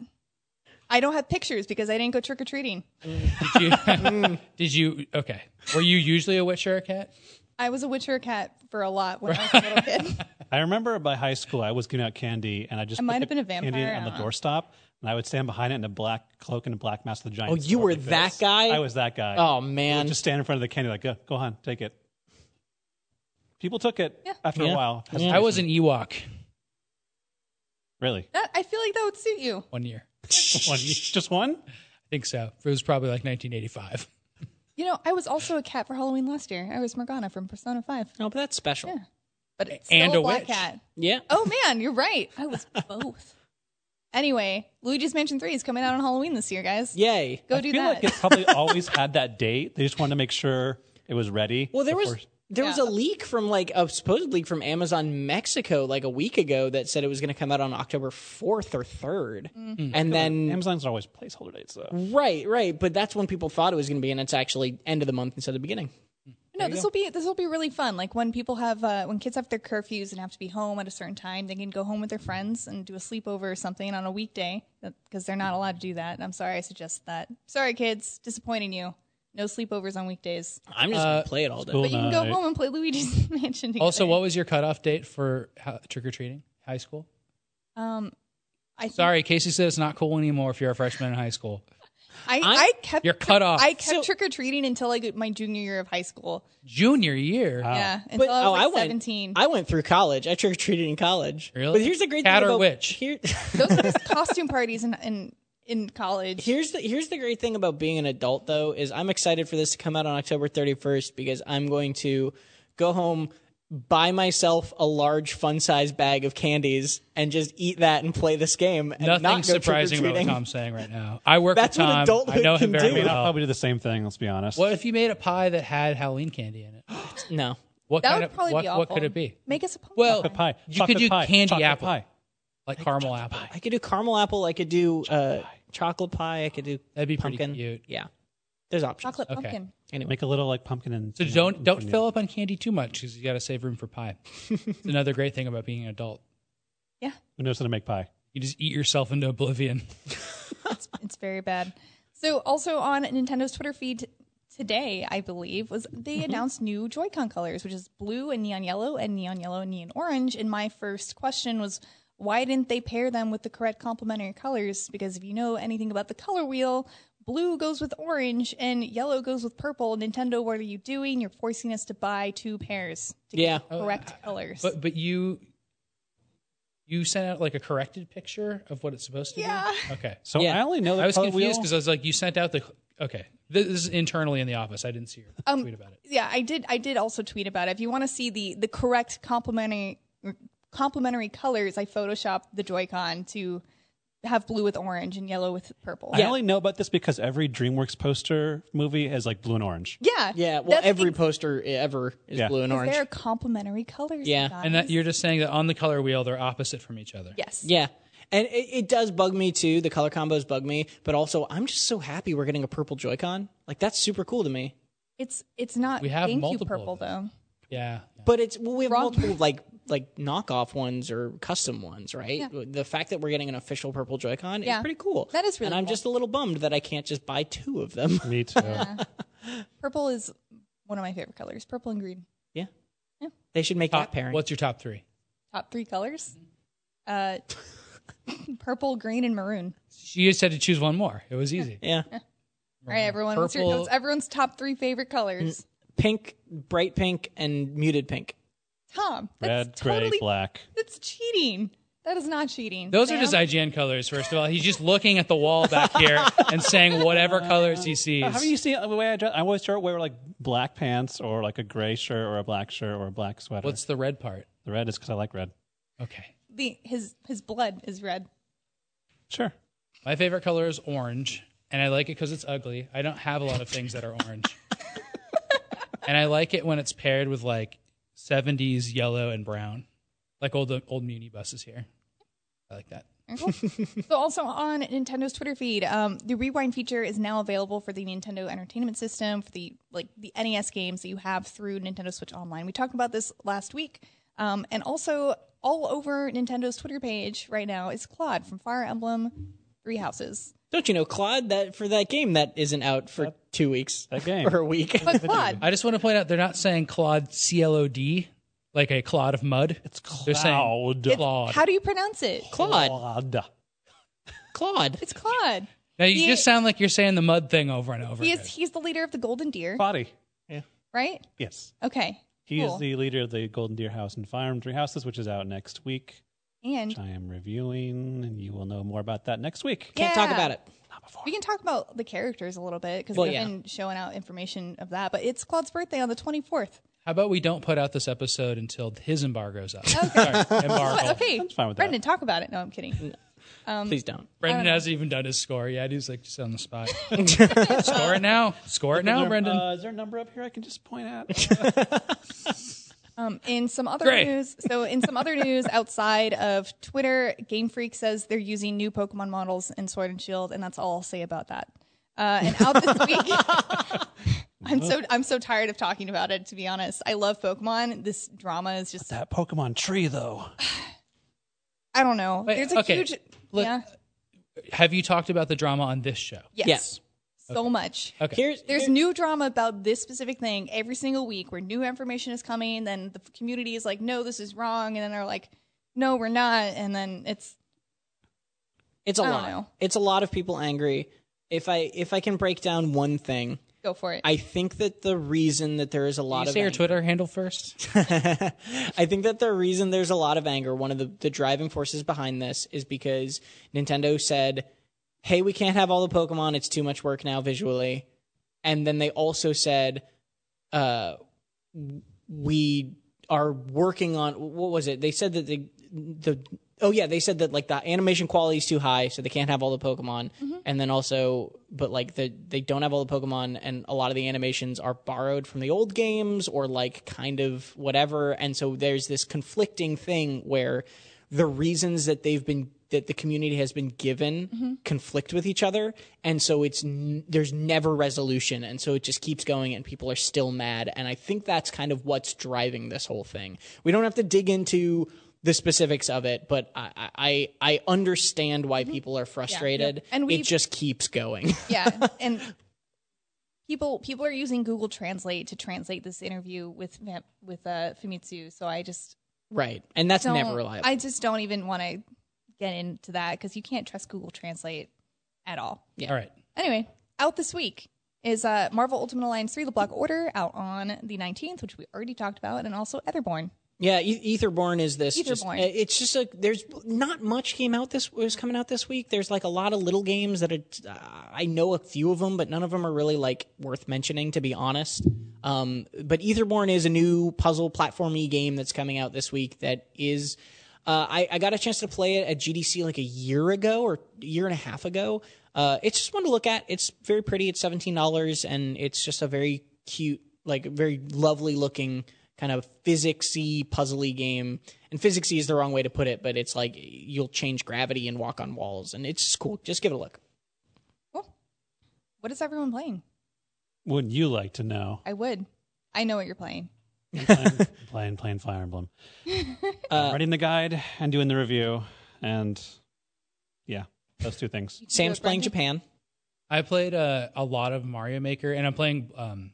I don't have pictures because I didn't go trick or treating. Did you, did you? Okay. Were you usually a witch or a cat? I was a witch or a cat for a lot when I was a little kid. I remember by high school, I was giving out candy, and I just I put might the have been a candy vampire, on I the don't know. doorstop, and I would stand behind it in a black cloak and a black mask of the giant. Oh, you were scorpion that face. guy? I was that guy. Oh, I man. would just stand in front of the candy like, go, go on, take it. People took it after Yeah. a while. I was an Ewok Really? That, I feel like that would suit you. one year. I One, just one? think so. It was probably like 1985. You know, I was also a cat for Halloween last year. I was Morgana from Persona 5, no, but that's special. Yeah. but it's And still a a black witch. cat. Oh man, you're right. I was both. Anyway, Luigi's Mansion 3 is coming out on Halloween this year, guys. Yay. Go I do feel that. like it probably always had that date. They just wanted to make sure it was ready. Well, there was before- there was a leak from like a supposed leak from Amazon Mexico like a week ago that said it was going to come out on October 4th or 3rd. Mm. Mm. And then Amazon's always placeholder dates, though. right, right, but that's when people thought it was going to be and it's actually end of the month instead of the beginning. No, this will be this will be really fun. Like when people have uh, when kids have their curfews and have to be home at a certain time, they can go home with their friends and do a sleepover or something on a weekday because they're not allowed to do that. And I'm sorry I suggest that. Sorry, kids, disappointing you. No sleepovers on weekdays. I'm just Uh, gonna play it all day. cool. But you can go night. home and play Luigi's Mansion together. Also, what was your cutoff date for trick or treating? High school. Um, I think- Sorry, Casey said it's not cool anymore if you're a freshman in high school. I, I'm- I kept You're cut off. I kept So- trick or treating until like my junior year of high school. Junior year. Yeah, until I oh, was Oh, like seventeen. went. oh, I went through college. I trick or treated in college. Really? But here's the great Cat thing or about witch? Here, Those were just costume parties in in in college. here's the here's the great thing about being an adult though is I'm excited for this to come out on October 31st because I'm going to go home, buy myself a large fun size bag of candies, and just eat that and play this game. And Nothing not go surprising about what trick-or-treating. Tom's saying right now. I work That's with what Tom. I adulthood know him can very do. I mean, I'll well. probably do the same thing. Let's be honest. What if you made a pie that had Halloween candy in it? No. What that kind would of probably uh, what, be awful. what could it be? Make us a pumpkin Well, pie. pie? You could Chocolate do pie. candy Chocolate apple, pie. like caramel apple. I could do caramel apple. I could do uh, chocolate pie. I could do That'd be pretty pumpkin. cute. Yeah, there's options. chocolate Okay. pumpkin. Anyway, Make a little like pumpkin and. So you know, don't don't infinity. fill up on candy too much because you got to save room for pie. it's another great thing about being an adult. Yeah, Who knows how to make pie? You just eat yourself into oblivion. it's, it's very bad. So also on Nintendo's Twitter feed t- today, I believe, was Mm-hmm. they announced new Joy-Con colors, which is blue and neon yellow and neon yellow and neon orange. And my first question was, why didn't they pair them with the correct complementary colors? Because if you know anything about the color wheel, blue goes with orange and yellow goes with purple. Nintendo, what are you doing? You're forcing us to buy two pairs to get yeah. the correct colors. uh, But but you you sent out like a corrected picture of what it's supposed to Yeah. be. Okay. So Yeah. I only know. The I was color confused wheel. because I was like, you sent out the okay. This is internally in the office. I didn't see your tweet about it. yeah i did i did also tweet about it if you want to see the the correct complementary complementary colors i photoshopped the joy-con to have blue with orange and yellow with purple I only know about this because every DreamWorks poster movie has like blue and orange. yeah Yeah, well, That's every ex- poster ever is Yeah. blue and 'cause orange. they're complementary colors Yeah. guys. And that you're just saying that on the color wheel they're opposite from each other. yes Yeah. And it, it does bug me too. The color combos bug me, but also I'm just so happy we're getting a purple Joy-Con. Like that's super cool to me. it's it's not We have GameCube multiple of purple though Yeah. But it's well, we have Wrong. multiple like like knockoff ones or custom ones, right? The fact that we're getting an official purple Joy-Con Yeah. is pretty cool. That is really And I'm cool. just a little bummed that I can't just buy two of them. Me too. purple is one of my favorite colors purple and green yeah. They should Uh, make Top, that pairing. what's your top three? top three colors uh purple green and maroon You just had to choose one more. It was easy. yeah. all right everyone what's your, Purple- what's everyone's top three favorite colors Pink, bright pink and muted pink. tom that's Red, totally gray, black. That's cheating. That is not cheating. Those Sam. are just IGN colors. First of all, he's just looking at the wall back here and saying whatever colors he sees. Have you seen the way I dress? I always start wear like black pants or like a gray shirt or a black shirt or a black sweater. What's the red part? the red is because I like red. Okay. the his his blood is red. Sure. My favorite color is orange, and I like it because it's ugly. I don't have a lot of things that are orange. and I like it when it's paired with like 70s yellow and brown, like old old Muni buses here. I like that. So also on Nintendo's Twitter feed, um, the rewind feature is now available for the Nintendo Entertainment System for the like the NES games that you have through Nintendo Switch Online. We talked about this last week, um, and also all over Nintendo's Twitter page right now is Claude from Fire Emblem Three Houses. Don't you know, Claude, that for that game that isn't out for two weeks. that game. or a week. But Claude, I just want to point out they're not saying Claude C L O D like a clod of mud. It's They're saying cloud. Claude. how do you pronounce it? Claude. Cloud. Claude. It's Claude. now you he- just sound like you're saying the mud thing over and over. He again. is he's the leader of the Golden Deer, Body. Yeah. right? Yes. Okay. He cool. is the leader of the Golden Deer House and Firearm Three Houses, which is out next week. and Which I am reviewing, and you will know more about that next week. Can't talk Yeah. about it. We can talk about the characters a little bit because Well, they've yeah. been showing out information of that. But it's Claude's birthday on the 24th. How about we don't put out this episode until his embargo's up? Sorry, embargo. Okay, fine with that. Brendan, talk about it. No, I'm kidding. Um, Please don't. Brendan hasn't even done his score yet. He's like just on the spot. score it now. Score it now, Brendan. Uh, is there a number up here I can just point at? Um, in some other Great. news, so in some other news outside of Twitter, Game Freak says they're using new Pokemon models in Sword and Shield, and that's all I'll say about that. Uh, and out this week, I'm so I'm so tired of talking about it. To be honest, I love Pokemon. This drama is just that Pokemon tree, though. I don't know. Wait, There's a okay. huge Look- yeah. Have you talked about the drama on this show? Yes. Yes. so much. Okay. Here's There's here- new drama about this specific thing every single week where new information is coming. Then the community is like, no, this is wrong. And then they're like, no, we're not. And then it's, it's a I don't lot. know. It's a lot of people angry. If I if I can break down one thing, go for it. I think that the reason that there is a lot you of say your anger- Twitter handle first? I think that the reason there's a lot of anger, one of the, the driving forces behind this is because Nintendo said, hey, we can't have all the Pokemon. It's too much work now visually. And then they also said, uh, w- we are working on, what was it? They said that the, the, oh yeah, they said that like the animation quality is too high, so they can't have all the Pokemon. And then also, but like the, they don't have all the Pokemon, and a lot of the animations are borrowed from the old games or like kind of whatever. And so there's this conflicting thing where the reasons that they've been that the community has been given Mm-hmm. conflict with each other and so it's n- there's never resolution and so it just keeps going and people are still mad and i think that's kind of what's driving this whole thing we don't have to dig into the specifics of it but i i i understand why people are frustrated Mm-hmm. And and we've- it just keeps going yeah and people people are using google translate to translate this interview with Fam- with uh famitsu so i just right and that's don't never reliable i just don't even want to get into that because you can't trust google translate at all Yeah. All right. anyway out this week is uh marvel ultimate alliance 3 the block order out on the 19th which we already talked about and also etherborn Yeah, E- Etherborn is this. Just, Etherborn. uh, it's just like there's not much came out this was coming out this week. There's like a lot of little games that are, uh, I know a few of them, but none of them are really like worth mentioning to be honest. Um, but Etherborn is a new puzzle platformy game that's coming out this week that is. Uh, I, I got a chance to play it at GDC like a year ago or a year and a half ago. Uh, it's just one to look at. It's very pretty. It's seventeen dollars, and it's just a very cute, like very lovely looking kind of physicsy puzzly game and physicsy is the wrong way to put it but it's like you'll change gravity and walk on walls and it's just cool just give it a look cool what is everyone playing Wouldn't you like to know? i would i know what you're playing playing, playing, playing Fire Emblem. Uh, Writing the guide and doing the review. And yeah, those two things. You can do sam's it, playing Brendan. japan I played uh, a lot of Mario Maker, and I'm playing um,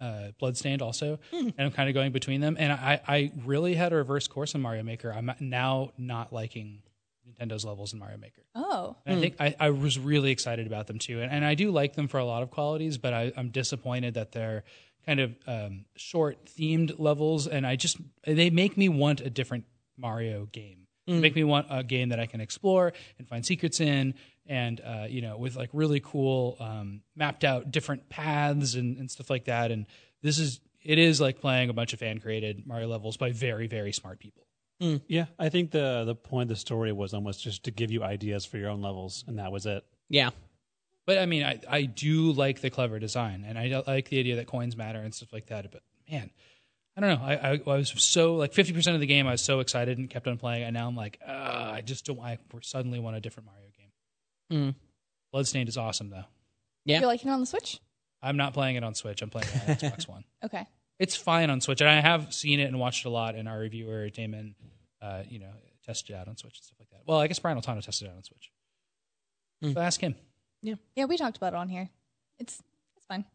uh, Bloodstained also, and I'm kind of going between them. And I, I really had a reverse course in Mario Maker. I'm now not liking Nintendo's levels in Mario Maker. oh And I think I, I was really excited about them too, and, and I do like them for a lot of qualities, but I, I'm disappointed that they're kind of um, short themed levels, and I just they make me want a different Mario game. They Make me want a game that I can explore and find secrets in, and uh, you know, with like really cool um, mapped out different paths and, and stuff like that. And this is it is like playing a bunch of fan created Mario levels by very very smart people. Yeah, I think the the point of the story was almost just to give you ideas for your own levels, and that was it. yeah But I mean, I, I do like the clever design, and I do- like the idea that coins matter and stuff like that. But man, I don't know. I, I, I was so like fifty percent of the game, I was so excited and kept on playing, and now I'm like, "Ugh, I just don't. I suddenly want a different Mario game. Mm. Bloodstained is awesome though. Yeah. you're liking it on the switch I'm not playing it on Switch. I'm playing it on Xbox One. okay It's fine on Switch, and I have seen it and watched it a lot. And our reviewer Damon, uh, you know, tested it out on Switch and stuff like that. Well, I guess Brian Altano tested it out on Switch. Mm. So ask him. yeah we talked about it on here it's it's fine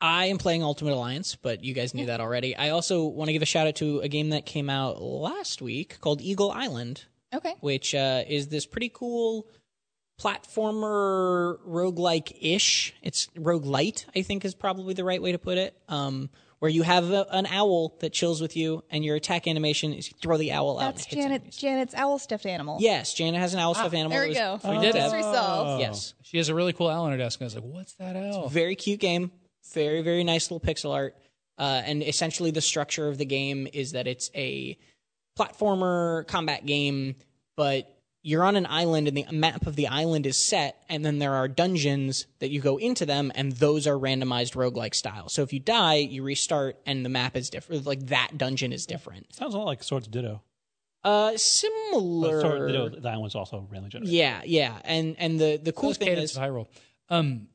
i am playing ultimate alliance but you guys knew that already i also want to give a shout out to a game that came out last week called eagle island okay which uh, is this pretty cool platformer roguelike ish. It's roguelite, I think, is probably the right way to put it. Um, where you have a, an owl that chills with you, and your attack animation is you throw the owl out. That's and it hits Janet. enemies. Janet's owl stuffed animal. Yes, Janet has an owl stuffed animal. there It we was go. free We to did dev. it. resolved. Yes, She has a really cool owl on her desk, and I was like, "What's that owl?" very cute game very very nice little pixel art uh, and essentially the structure of the game is that it's a platformer combat game but you're on an island and the map of the island is set and then there are dungeons that you go into them and those are randomized roguelike style so if you die you restart and the map is different like that dungeon is different Sounds a lot like Swords of Ditto. uh But similar Swords of Ditto, that one's also randomly generated. yeah yeah and and the the cool Those thing cadence is viral. Um,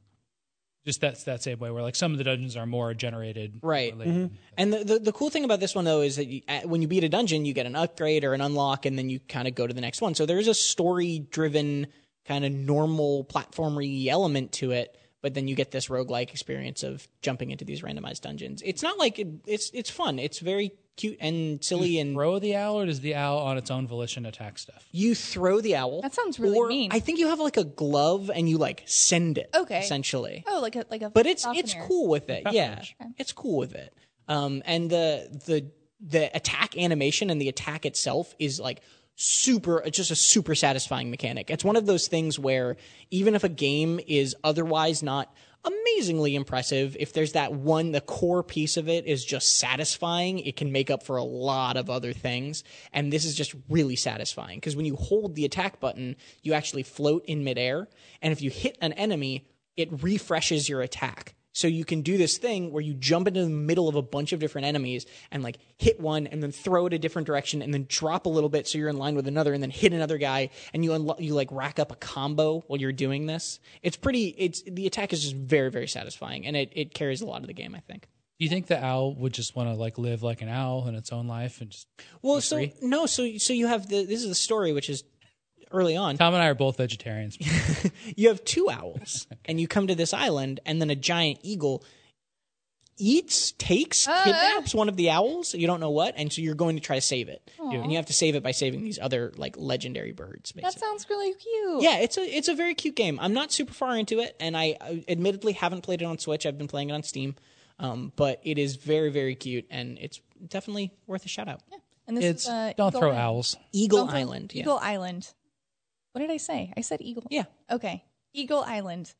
just that's that same way where like some of the dungeons are more generated, Right. Mm-hmm. later. And the, the the cool thing about this one though is that you, at, when you beat a dungeon, you get an upgrade or an unlock, and then you kind of go to the next one. So there is a story driven kind of normal platformery element to it, but then you get this roguelike experience of jumping into these randomized dungeons. It's not like it, it's it's fun. It's very cute and silly and Throw the owl, or does the owl on its own volition attack stuff? you throw the owl. That sounds really Oh. or mean. I think you have like a glove and you like send it. Okay. Essentially. Oh, like a like a. But it's softener. it's cool with it. Yeah. It's cool with it. Um and the the the attack animation and the attack itself is like super it's just a super satisfying mechanic. It's one of those things where even if a game is otherwise not amazingly impressive if there's that one the core piece of it is just satisfying it can make up for a lot of other things and this is just really satisfying because when you hold the attack button you actually float in midair and if you hit an enemy it refreshes your attack so you can do this thing where you jump into the middle of a bunch of different enemies and like hit one and then throw it a different direction and then drop a little bit so you're in line with another and then hit another guy and you unlo- you like rack up a combo while you're doing this. It's pretty it's the attack is just very very satisfying and it it carries a lot of the game I think. Do you think the owl would just want to like live like an owl in its own life? And just Well, so no, so so you have the this is the story which is early on. Tom and I are both vegetarians. you have two owls and you come to this island and then a giant eagle eats takes Uh-huh. kidnaps one of the owls you don't know what and so you're going to try to save it and you have to save it by saving these other like legendary birds basically That sounds really cute. yeah it's a it's a very cute game i'm not super far into it and i, I admittedly haven't played it on switch i've been playing it on steam um, but it is very very cute and it's definitely worth a shout out And this It's is, uh, don't Eagle throw Island. owls. eagle Don't throw- island yeah Eagle Island. What did I say? I said Eagle. yeah Okay. Eagle Island.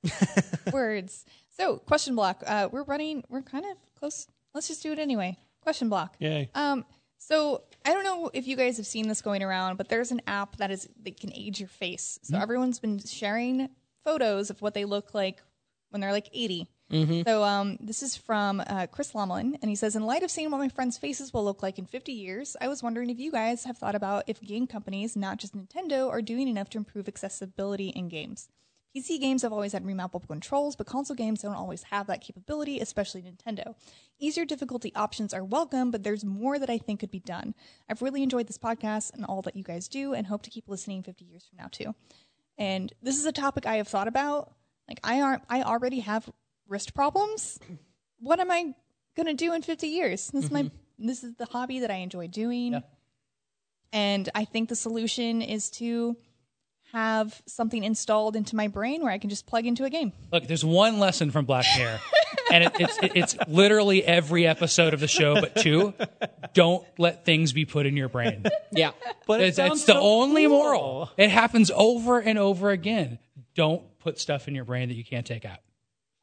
Words. So question block. Uh, we're running. We're kind of close. Let's just do it anyway. Question block. Yay. Um, so I don't know if you guys have seen this going around, but there's an app that is that can age your face. So everyone's been sharing photos of what they look like when they're like 80. So um, this is from uh, Chris Lomlin, and he says, "In light of seeing what my friends' faces will look like in 50 years, I was wondering if you guys have thought about if game companies, not just Nintendo, are doing enough to improve accessibility in games. PC games have always had remappable controls, but console games don't always have that capability, especially Nintendo. Easier difficulty options are welcome, but there's more that I think could be done. I've really enjoyed this podcast and all that you guys do, and hope to keep listening 50 years from now too. And this is a topic I have thought about. Like I aren't, I already have wrist problems. What am I gonna do in 50 years? This is my this is the hobby that I enjoy doing. And I think the solution is to have something installed into my brain where I can just plug into a game. Look, there's one lesson from Black Mirror, and it, it's it, it's literally every episode of the show, but two. Don't let things be put in your brain. yeah But It's, it's the only moral. It happens over and over again. Don't put stuff in your brain that you can't take out.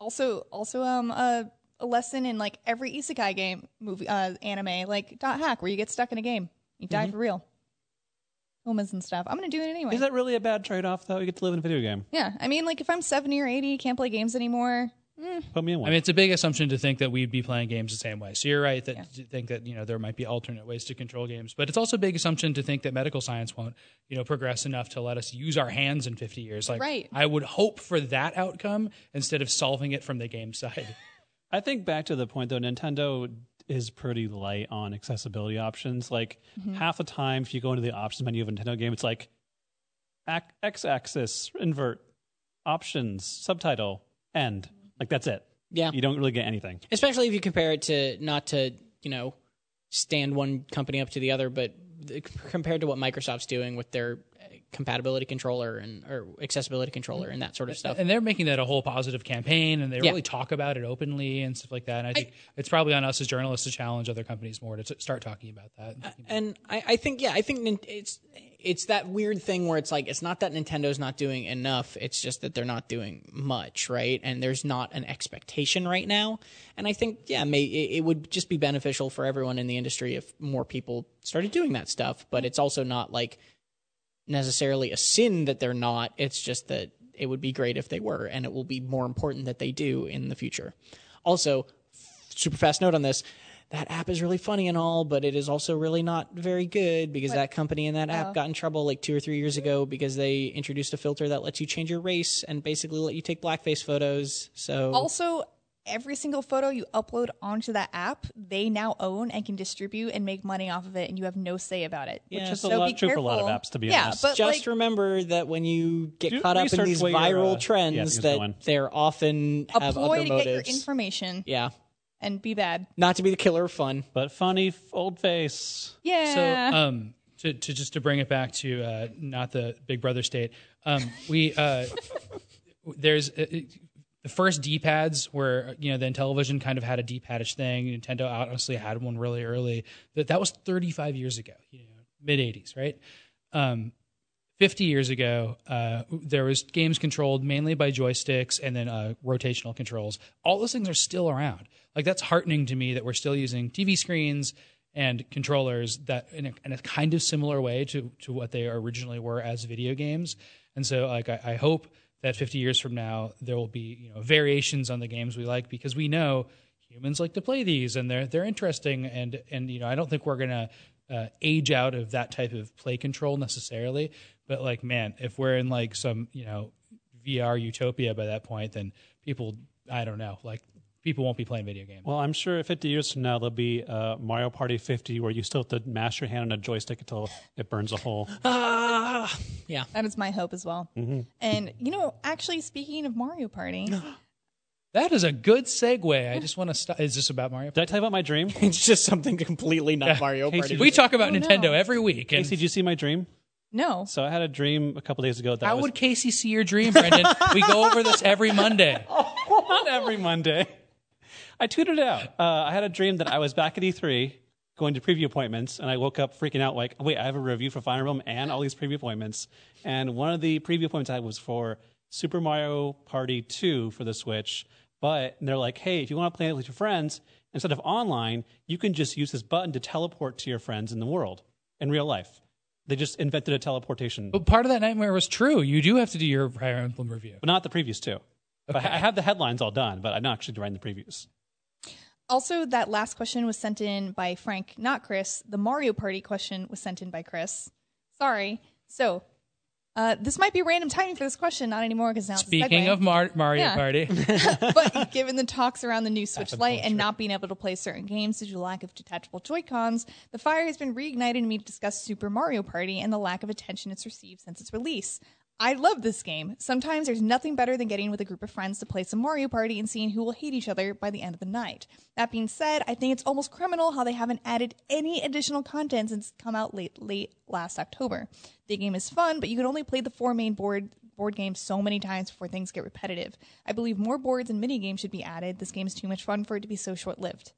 Also, also um a, a lesson in like every isekai game movie uh anime like Dot Hack where you get stuck in a game, you die for real. Comas and stuff. I'm gonna do it anyway. Mm-hmm. Is that really a bad trade off, though? You get to live in a video game. yeah, I mean like if I'm 70 or 80, can't play games anymore. Put me in I one. mean, it's a big assumption to think that we'd be playing games the same way. So you're right that to think that you know there might be alternate ways to control games, but it's also a big assumption to think that medical science won't you know progress enough to let us use our hands in 50 years. Like Right. I would hope for that outcome instead of solving it from the game side. I think back to the point though, Nintendo is pretty light on accessibility options. Like Mm-hmm. half the time, if you go into the options menu of a Nintendo game, it's like ac- X-axis, invert, options, subtitle, end. Like that's it. yeah You don't really get anything. especially if you compare it to not to you know stand one company up to the other but the- compared to what microsoft's doing with their uh, compatibility controller and or accessibility controller and that sort of stuff and they're making that a whole positive campaign and they Yeah. really talk about it openly and stuff like that and i think it's probably on us as journalists to challenge other companies more to t- start talking about that and I, I think yeah i think Nin- it's it's that weird thing where it's like it's not that nintendo's not doing enough it's just that they're not doing much right and there's not an expectation right now and i think yeah may, it, it would just be beneficial for everyone in the industry if more people started doing that stuff but it's also not like necessarily a sin that they're not. It's just that it would be great if they were, and it will be more important that they do in the future. Also, f- super fast note on this. That app is really funny and all, but it is also really not very good because that company and that Oh. app got in trouble like two or three years ago because they introduced a filter that lets you change your race and basically let you take blackface photos. So Also, every single photo you upload onto that app, they now own and can distribute and make money off of it, and you have no say about it. Yeah, which it's is a so lot- be true for a careful. lot of apps, to be yeah, honest. But Just like, remember that when you get Do caught up in research these what your, viral uh, yeah, trends, things that going. they're often a have other ploy to get your motives. information yeah, and be bad. not to be the killer of fun. But funny f- old face. Yeah. So, um, to, to just to bring it back to uh, not the Big Brother state, um, we uh, there's uh, it- the first D pads were you know then television kind of had a D padish thing. Nintendo obviously had one really early. That that was 35 years ago, you know, mid 80s, right? Um, 50 years ago, uh, there was games controlled mainly by joysticks and then uh, rotational controls. All those things are still around. Like that's heartening to me that we're still using TV screens and controllers that in a, in a kind of similar way to to what they originally were as video games. And so, like I, I hope that 50 years from now there will be you know variations on the games we like because we know humans like to play these and they're they're interesting and and you know I don't think we're gonna uh, age out of that type of play control necessarily but like man if we're in like some you know VR utopia by that point then people I don't know like people won't be playing video games Well, I'm sure 50 years from now there'll be uh, Mario Party 50, where you still have to mash your hand on a joystick until it burns a hole. Uh, Ah, yeah. that is my hope as well. And, you know, actually, speaking of Mario Party, that is a good segue I just want to stop is this about Mario Did I tell you about my dream? It's just something completely not Mario Casey, Party. we talk about Oh, no. Nintendo every week and Casey, did you see my dream? no. So I had a dream a couple days ago that how was would Casey see your dream Brendan we go over this every Monday Oh. not every Monday. I tweeted it out. Uh, I had a dream that I was back at E3 going to preview appointments, and I woke up freaking out like, wait, I have a review for Fire Emblem and all these preview appointments. And one of the preview appointments I had was for Super Mario Party 2 for the Switch. But they're like, hey, if you want to play it with your friends, instead of online, you can just use this button to teleport to your friends in the world, in real life. They just invented a teleportation, but But part of that nightmare was true. You do have to do your Fire Emblem review. not the previews too. But I I have the headlines all done, but I'm not actually writing the previews. Also, that last question was sent in by Frank, not Chris. The Mario Party question was sent in by Chris. Sorry. So, uh, this might be random timing for this question, not anymore because now Speaking it's a segue. of Mar- Mario Yeah. Party, but given the talks around the new Switch Lite and not being able to play certain games due to lack of detachable Joy Cons, the fire has been reignited in me to discuss Super Mario Party and the lack of attention it's received since its release. I love this game. Sometimes there's nothing better than getting with a group of friends to play some Mario Party and seeing who will hate each other by the end of the night. That being said, I think it's almost criminal how they haven't added any additional content since it's come out late late last October. The game is fun, but you can only play the four main board board games so many times before things get repetitive. I believe more boards and mini games should be added. This game is too much fun for it to be so short lived.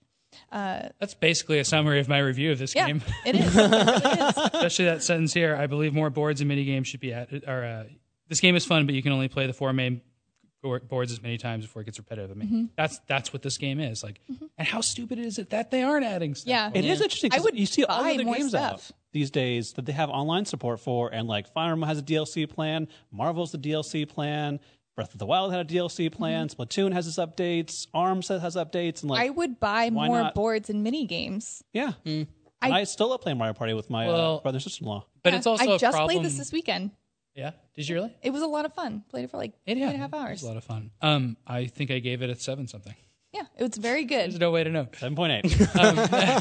that's basically a summary of my review of this Yeah, game. it is. It really is. Especially that sentence here. I believe more boards and minigames should be added. Or uh, this game is fun, but you can only play the four main bo- boards as many times before it gets repetitive. I mean, Mm-hmm. that's that's what this game is like. And how stupid is it that they aren't adding stuff? Yeah. It is interesting. I 'cause would you see all buy the other more games stuff. out these days that they have online support for, and like Fire Emblem has a DLC plan, Marvel's the DLC plan, Breath of the Wild had a Mm-hmm. DLC plan, Splatoon has its updates, Arms has updates, and like I Mm. would buy Why more not? boards and mini games. yeah. And I, still love playing Mario Party with my Well- uh, brother sister in law. But it's also I a just problem. played this this weekend. yeah. Did you really? It was a lot of fun. Played it for like It, two yeah, and a half It was hours. a lot of fun. Um, I think I gave it a seven something. Yeah, it was very There's good. no way to know. Seven point eight.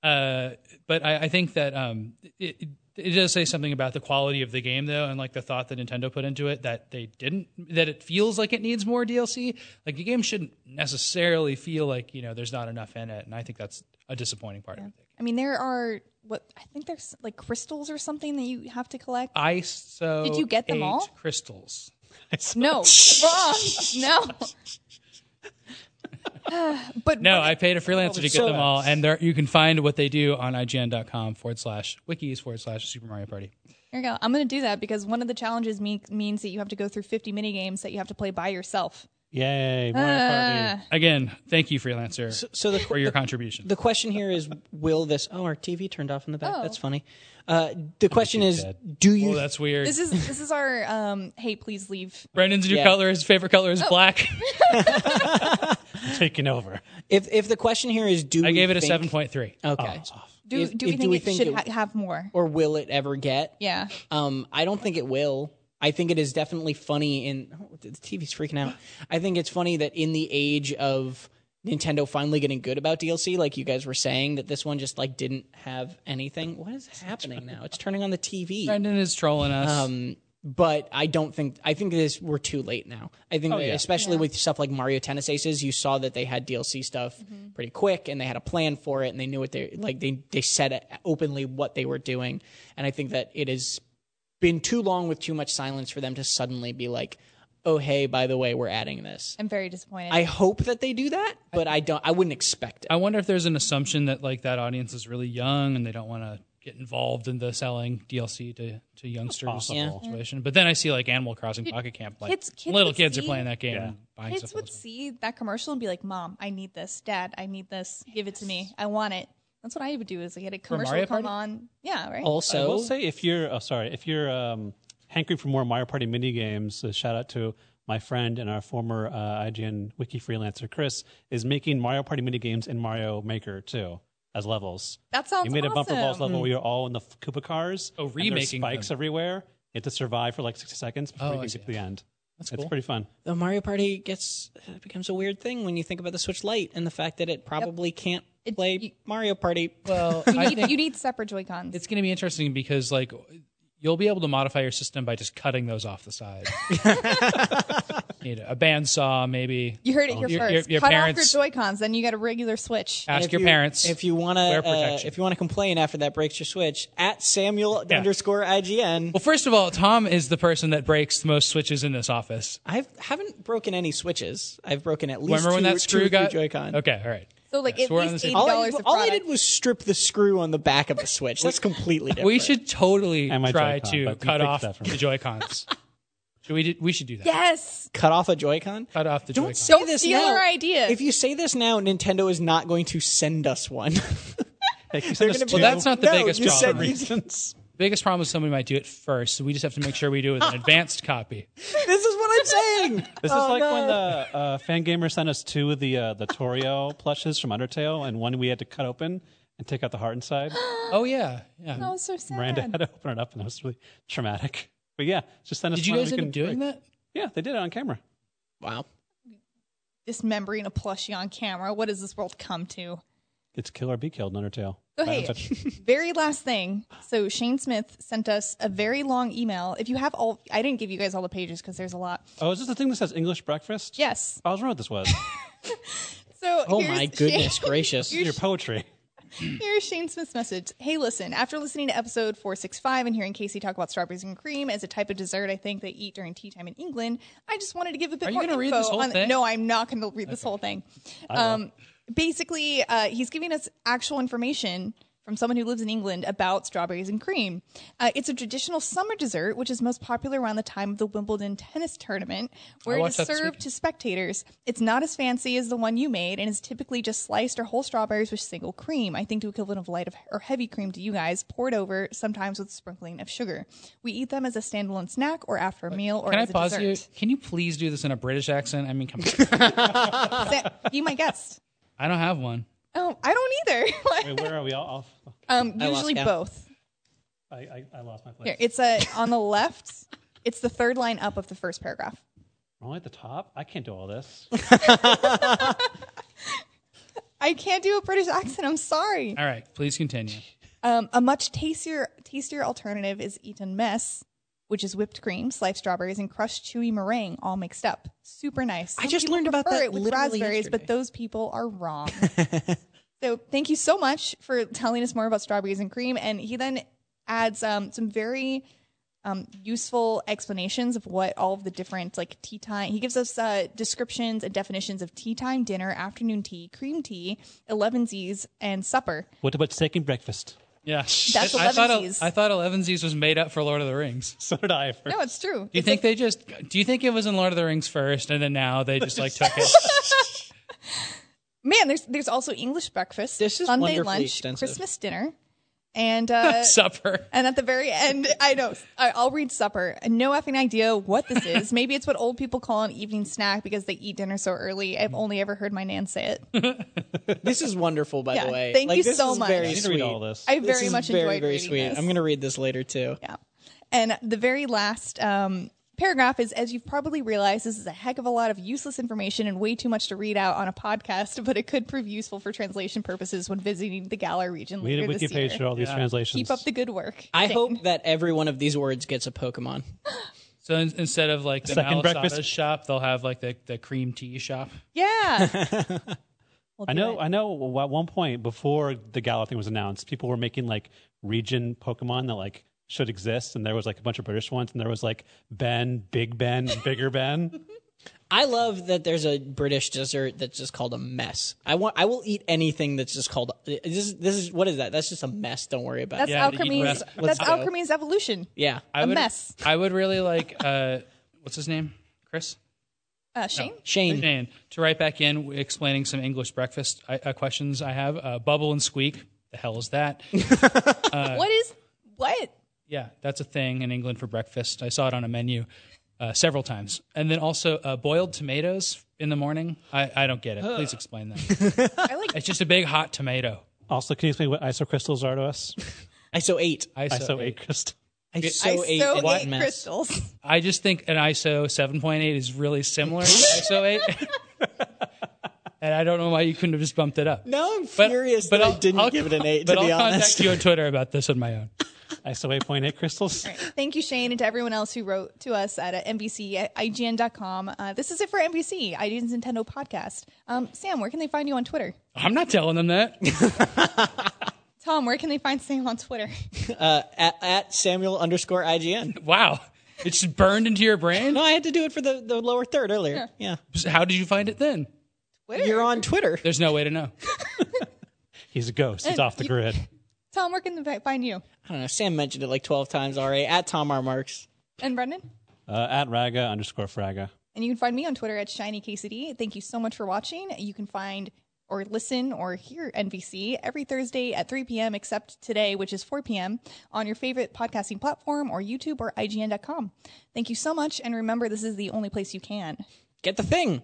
Uh, but I, I think that um, it, it- it does say something about the quality of the game, though, and like the thought that Nintendo put into it that they didn't, that it feels like it needs more DLC. Like the game shouldn't necessarily feel like you know there's not enough in it, and I think that's a disappointing part of it. I mean, there are what I think there's like crystals or something that you have to collect. I so Did you get them ate all? Crystals. No, wrong. No. but No, I paid a freelancer to get so them all, nice. and there, you can find what they do on IGN.com forward slash wikis forward slash Super Mario Party. There you go. I'm going to do that because one of the challenges me- means that you have to go through 50 mini games that you have to play by yourself. Yay, Mario Party. Again, thank you, freelancer, so the for your contribution. The question here is, will this? Oh, our TV turned off in the back. Oh. That's funny. Uh, the question is, dead. do you? oh, that's weird. This is this is our um, hey, please leave. Brendan's new Yeah. Oh. color, his favorite color is black. Taking over. if if the question here is, do I we gave it a think- seven point Oh. three. Okay. Do If- do we if- do think we it think should it- ha- have more? Or will it ever get? Yeah. Um, I don't think it will. I think it is definitely funny in oh, the TV's freaking out. I think it's funny that in the age of Nintendo finally getting good about DLC, like you guys were saying, that this one just like didn't have anything. What is happening now? It's turning on the TV. Brendan is trolling us. Um, but I don't think I think this we're too late now. I think that yeah. especially with stuff like Mario Tennis Aces, you saw that they had DLC stuff Mm-hmm. pretty quick and they had a plan for it and they knew what they like they they said openly what they were doing. And I think that it has been too long with too much silence for them to suddenly be like, "Oh hey, by the way, we're adding this." I'm very disappointed. I hope that they do that, but I don't I wouldn't expect it. I wonder if there's an assumption that like that audience is really young and they don't want to get involved in the selling DLC to to youngsters possible. situation. But then I see like Animal Crossing Pocket Camp, like kids- kids little would kids are see- playing that game Yeah. and buying Kids stuff. would else. see that commercial and be like, "Mom, I need this. Dad, I need this. Give it to me. I want it." That's what I would do. Is I get a commercial Mario come Party? on. Yeah, right. Also, I will say if you're oh sorry if you're um, hankering for more Mario Party mini games, a shout out to my friend and our former uh, IGN wiki freelancer Chris is making Mario Party mini games in Mario Maker too as levels. That sounds He made a bumper balls awesome. level where you're all in the f- Koopa cars. Oh, and there's remaking spikes them. everywhere. You have to survive for like sixty seconds before Oh, you I can see. get to the end. That's cool. It's pretty fun. the Mario Party gets it becomes a weird thing when you think about the Switch Lite and the fact that it probably can't It- play you- Mario Party. Well, You I need, think you need separate Joy Cons. it's going to be interesting because like you'll be able to modify your system by just cutting those off the side. Need a bandsaw, maybe. You heard it here Your- your- first. your Cut parents- off your Joy Cons, then you got a regular Switch. Ask if your you- parents. If you want to, Wear uh, protection. if you want to complain after that breaks your switch at Samuel Yeah. underscore IGN. well, first of all, Tom is the person that breaks the most switches in this office. I haven't broken any switches. I've broken at least Remember two, when that two screw of your got Joy-Con. Okay, all right. So like at we're on the least same- eighty All, I, dollars of all I product. did was strip the screw on the back of the switch. That's completely different. We should totally And my try Joy-Con, to but you cut fixed off that for me. the Joy Cons. should we? Do, we should do that. yes. cut off a Joy-Con. Cut off the Joy Don't Con. say Don't this steal now. our idea. If you say this now, Nintendo is not going to send us one. Hey, can you send us gonna be two? like, Well, that's not the No, biggest you said problem. you- reasons. biggest problem is somebody might do it first, so we just have to make sure we do it with an advanced copy. this is what I'm saying. This Oh, is like no. when the uh, fan gamer sent us two of the uh, the Torio plushes from Undertale, and one we had to cut open and take out the heart inside. Oh yeah, yeah. that was so sad. Miranda had to open it up, and that was really traumatic. But yeah, just send us. Did you one guys we end can up doing break. that? Yeah, they did it on camera. wow. Dismembering a plushie on camera. What does this world come to? It's kill or be killed in Undertale. So Right on hey, touch. very last thing. So Shane Smith sent us a very long email. If you have all, I didn't give you guys all the pages because there's a lot. Oh, is this the thing that says English breakfast? Yes. I was wrong. What this was So Oh here's my goodness Shane- gracious. your poetry. Here's Shane Smith's message. Hey, listen, after listening to episode 465 and hearing Casey talk about strawberries and cream as a type of dessert I think they eat during tea time in England, I just wanted to give a bit Are you more gonna read info this whole on- thing? No, I'm not going to read this whole thing. Um, basically, uh, he's giving us actual information from someone who lives in England about strawberries and cream. Uh, it's a traditional summer dessert, which is most popular around the time of the Wimbledon tennis tournament, where it is watched that this served weekend. to spectators. It's not as fancy as the one you made and is typically just sliced or whole strawberries with single cream. I think the equivalent of light of, or heavy cream to you guys, poured over, sometimes with sprinkling of sugar. We eat them as a standalone snack or after a meal or Can I as a pause you? dessert. Can you please do this in a British accent? I mean, come on. Sa- Be my guest. I don't have one. Oh, I don't either. What? Wait, where are we all? Off? um, I lost usually count. both. I, I, I lost my place. Here, it's a on the left. It's the third line up of the first paragraph. I'm only at the top. I can't do all this. I can't do a British accent. I'm sorry. All right, please continue. Um, a much tastier, tastier alternative is Eton Mess, which is whipped cream, sliced strawberries, and crushed chewy meringue all mixed up. Super nice. I Some just people learned about prefer that it with literally raspberries, but yesterday. those people are wrong. so thank you so much for telling us more about strawberries and cream. And he then adds um, some very um, useful explanations of what all of the different like tea time. He gives us uh, descriptions and definitions of tea time, dinner, afternoon tea, cream tea, elevensies, and supper. What about steak and breakfast? Yeah, That's I thought I, 11sies. I thought Elevensies was made up for Lord of the Rings. So did I. For, No, it's true. Do you It's think they just? Do you think it was in Lord of the Rings first, and then now they just like took it? Man, there's there's also English breakfast, This is Sunday wonderfully lunch, extensive. Christmas dinner, and uh, supper. and at the very end, I know I- I'll read supper. No effing idea what this is. Maybe it's what old people call an evening snack because they eat dinner so early. I've only ever heard my nan say it. This is wonderful, by Yeah, the way. thank like, you this so is much. Very I I need to sweet. read all this. I This very is much very, enjoyed very reading sweet. this. I'm gonna read this later too. yeah. And the very last um, paragraph is As you've probably realized, this is a heck of a lot of useless information and way too much to read out on a podcast, but it could prove useful for translation purposes when visiting the Galar region We need a later wiki this year. page for all these translations. Keep up the good work. I Dane. hope that every one of these words gets a Pokemon. So in, instead of like the Second Second breakfast. shop, they'll have like the, the cream tea shop. Yeah. We'll I do know. it. I know. At one point, before the Gala thing was announced, people were making like region Pokemon that like should exist, and there was like a bunch of British ones, and there was like Ben, Big Ben, and Bigger Ben. I love that there's a British dessert that's just called a mess. I want. I will eat anything that's just called. This is. This is. What is that? That's just a mess. Don't worry about That's it. Yeah, but you alchemy's. rest- That's Let's go. alchemy's evolution. Yeah. I A would, mess. I would really like uh, what's his name, Chris Uh, Shane. Shane. Shane, to write back in w- explaining some English breakfast I, uh, questions I have. Uh, bubble and squeak. The hell is that? uh, what is what? yeah, that's a thing in England for breakfast. I saw it on a menu uh, several times, and then also uh, boiled tomatoes in the morning. I, I don't get it. Please explain that. I like it's just a big hot tomato. also, can you explain what iso crystals are to us? ISO eight. Iso eight crystal. ISO eight. ISO and eight mess. crystals. I just think an ISO 7.8 is really similar to ISO 8. and I don't know why you couldn't have just bumped it up. Now I'm furious that I didn't give it an eight. But to be I'll honest, contact you on Twitter about this on my own. Iso eight point eight crystals. Thank you, Shane, and to everyone else who wrote to us at uh, NBC at IGN.com. Uh, this is it for NBC, IGN's Nintendo podcast. Um, Sam, where can they find you on Twitter? I'm not telling them that. Tom, where can they find Sam on Twitter? at, at Samuel underscore IGN. Wow. It's burned into your brain. No, I had to do it for the, the lower third earlier. Yeah. How did you find it then? Twitter. You're on Twitter. There's no way to know. He's a ghost. He's off the you- grid. Tom, where can they find you? I don't know. Sam mentioned it like 12 times already. At Tom R. Marks. And Brendan? Uh, at Raga underscore Fraga. And you can find me on Twitter at ShinyKCD. Thank you so much for watching. You can find or listen or hear NVC every Thursday at 3 p.m., except today, which is 4 p.m., on your favorite podcasting platform or YouTube or IGN.com. Thank you so much. And remember, this is the only place you can. Get the thing.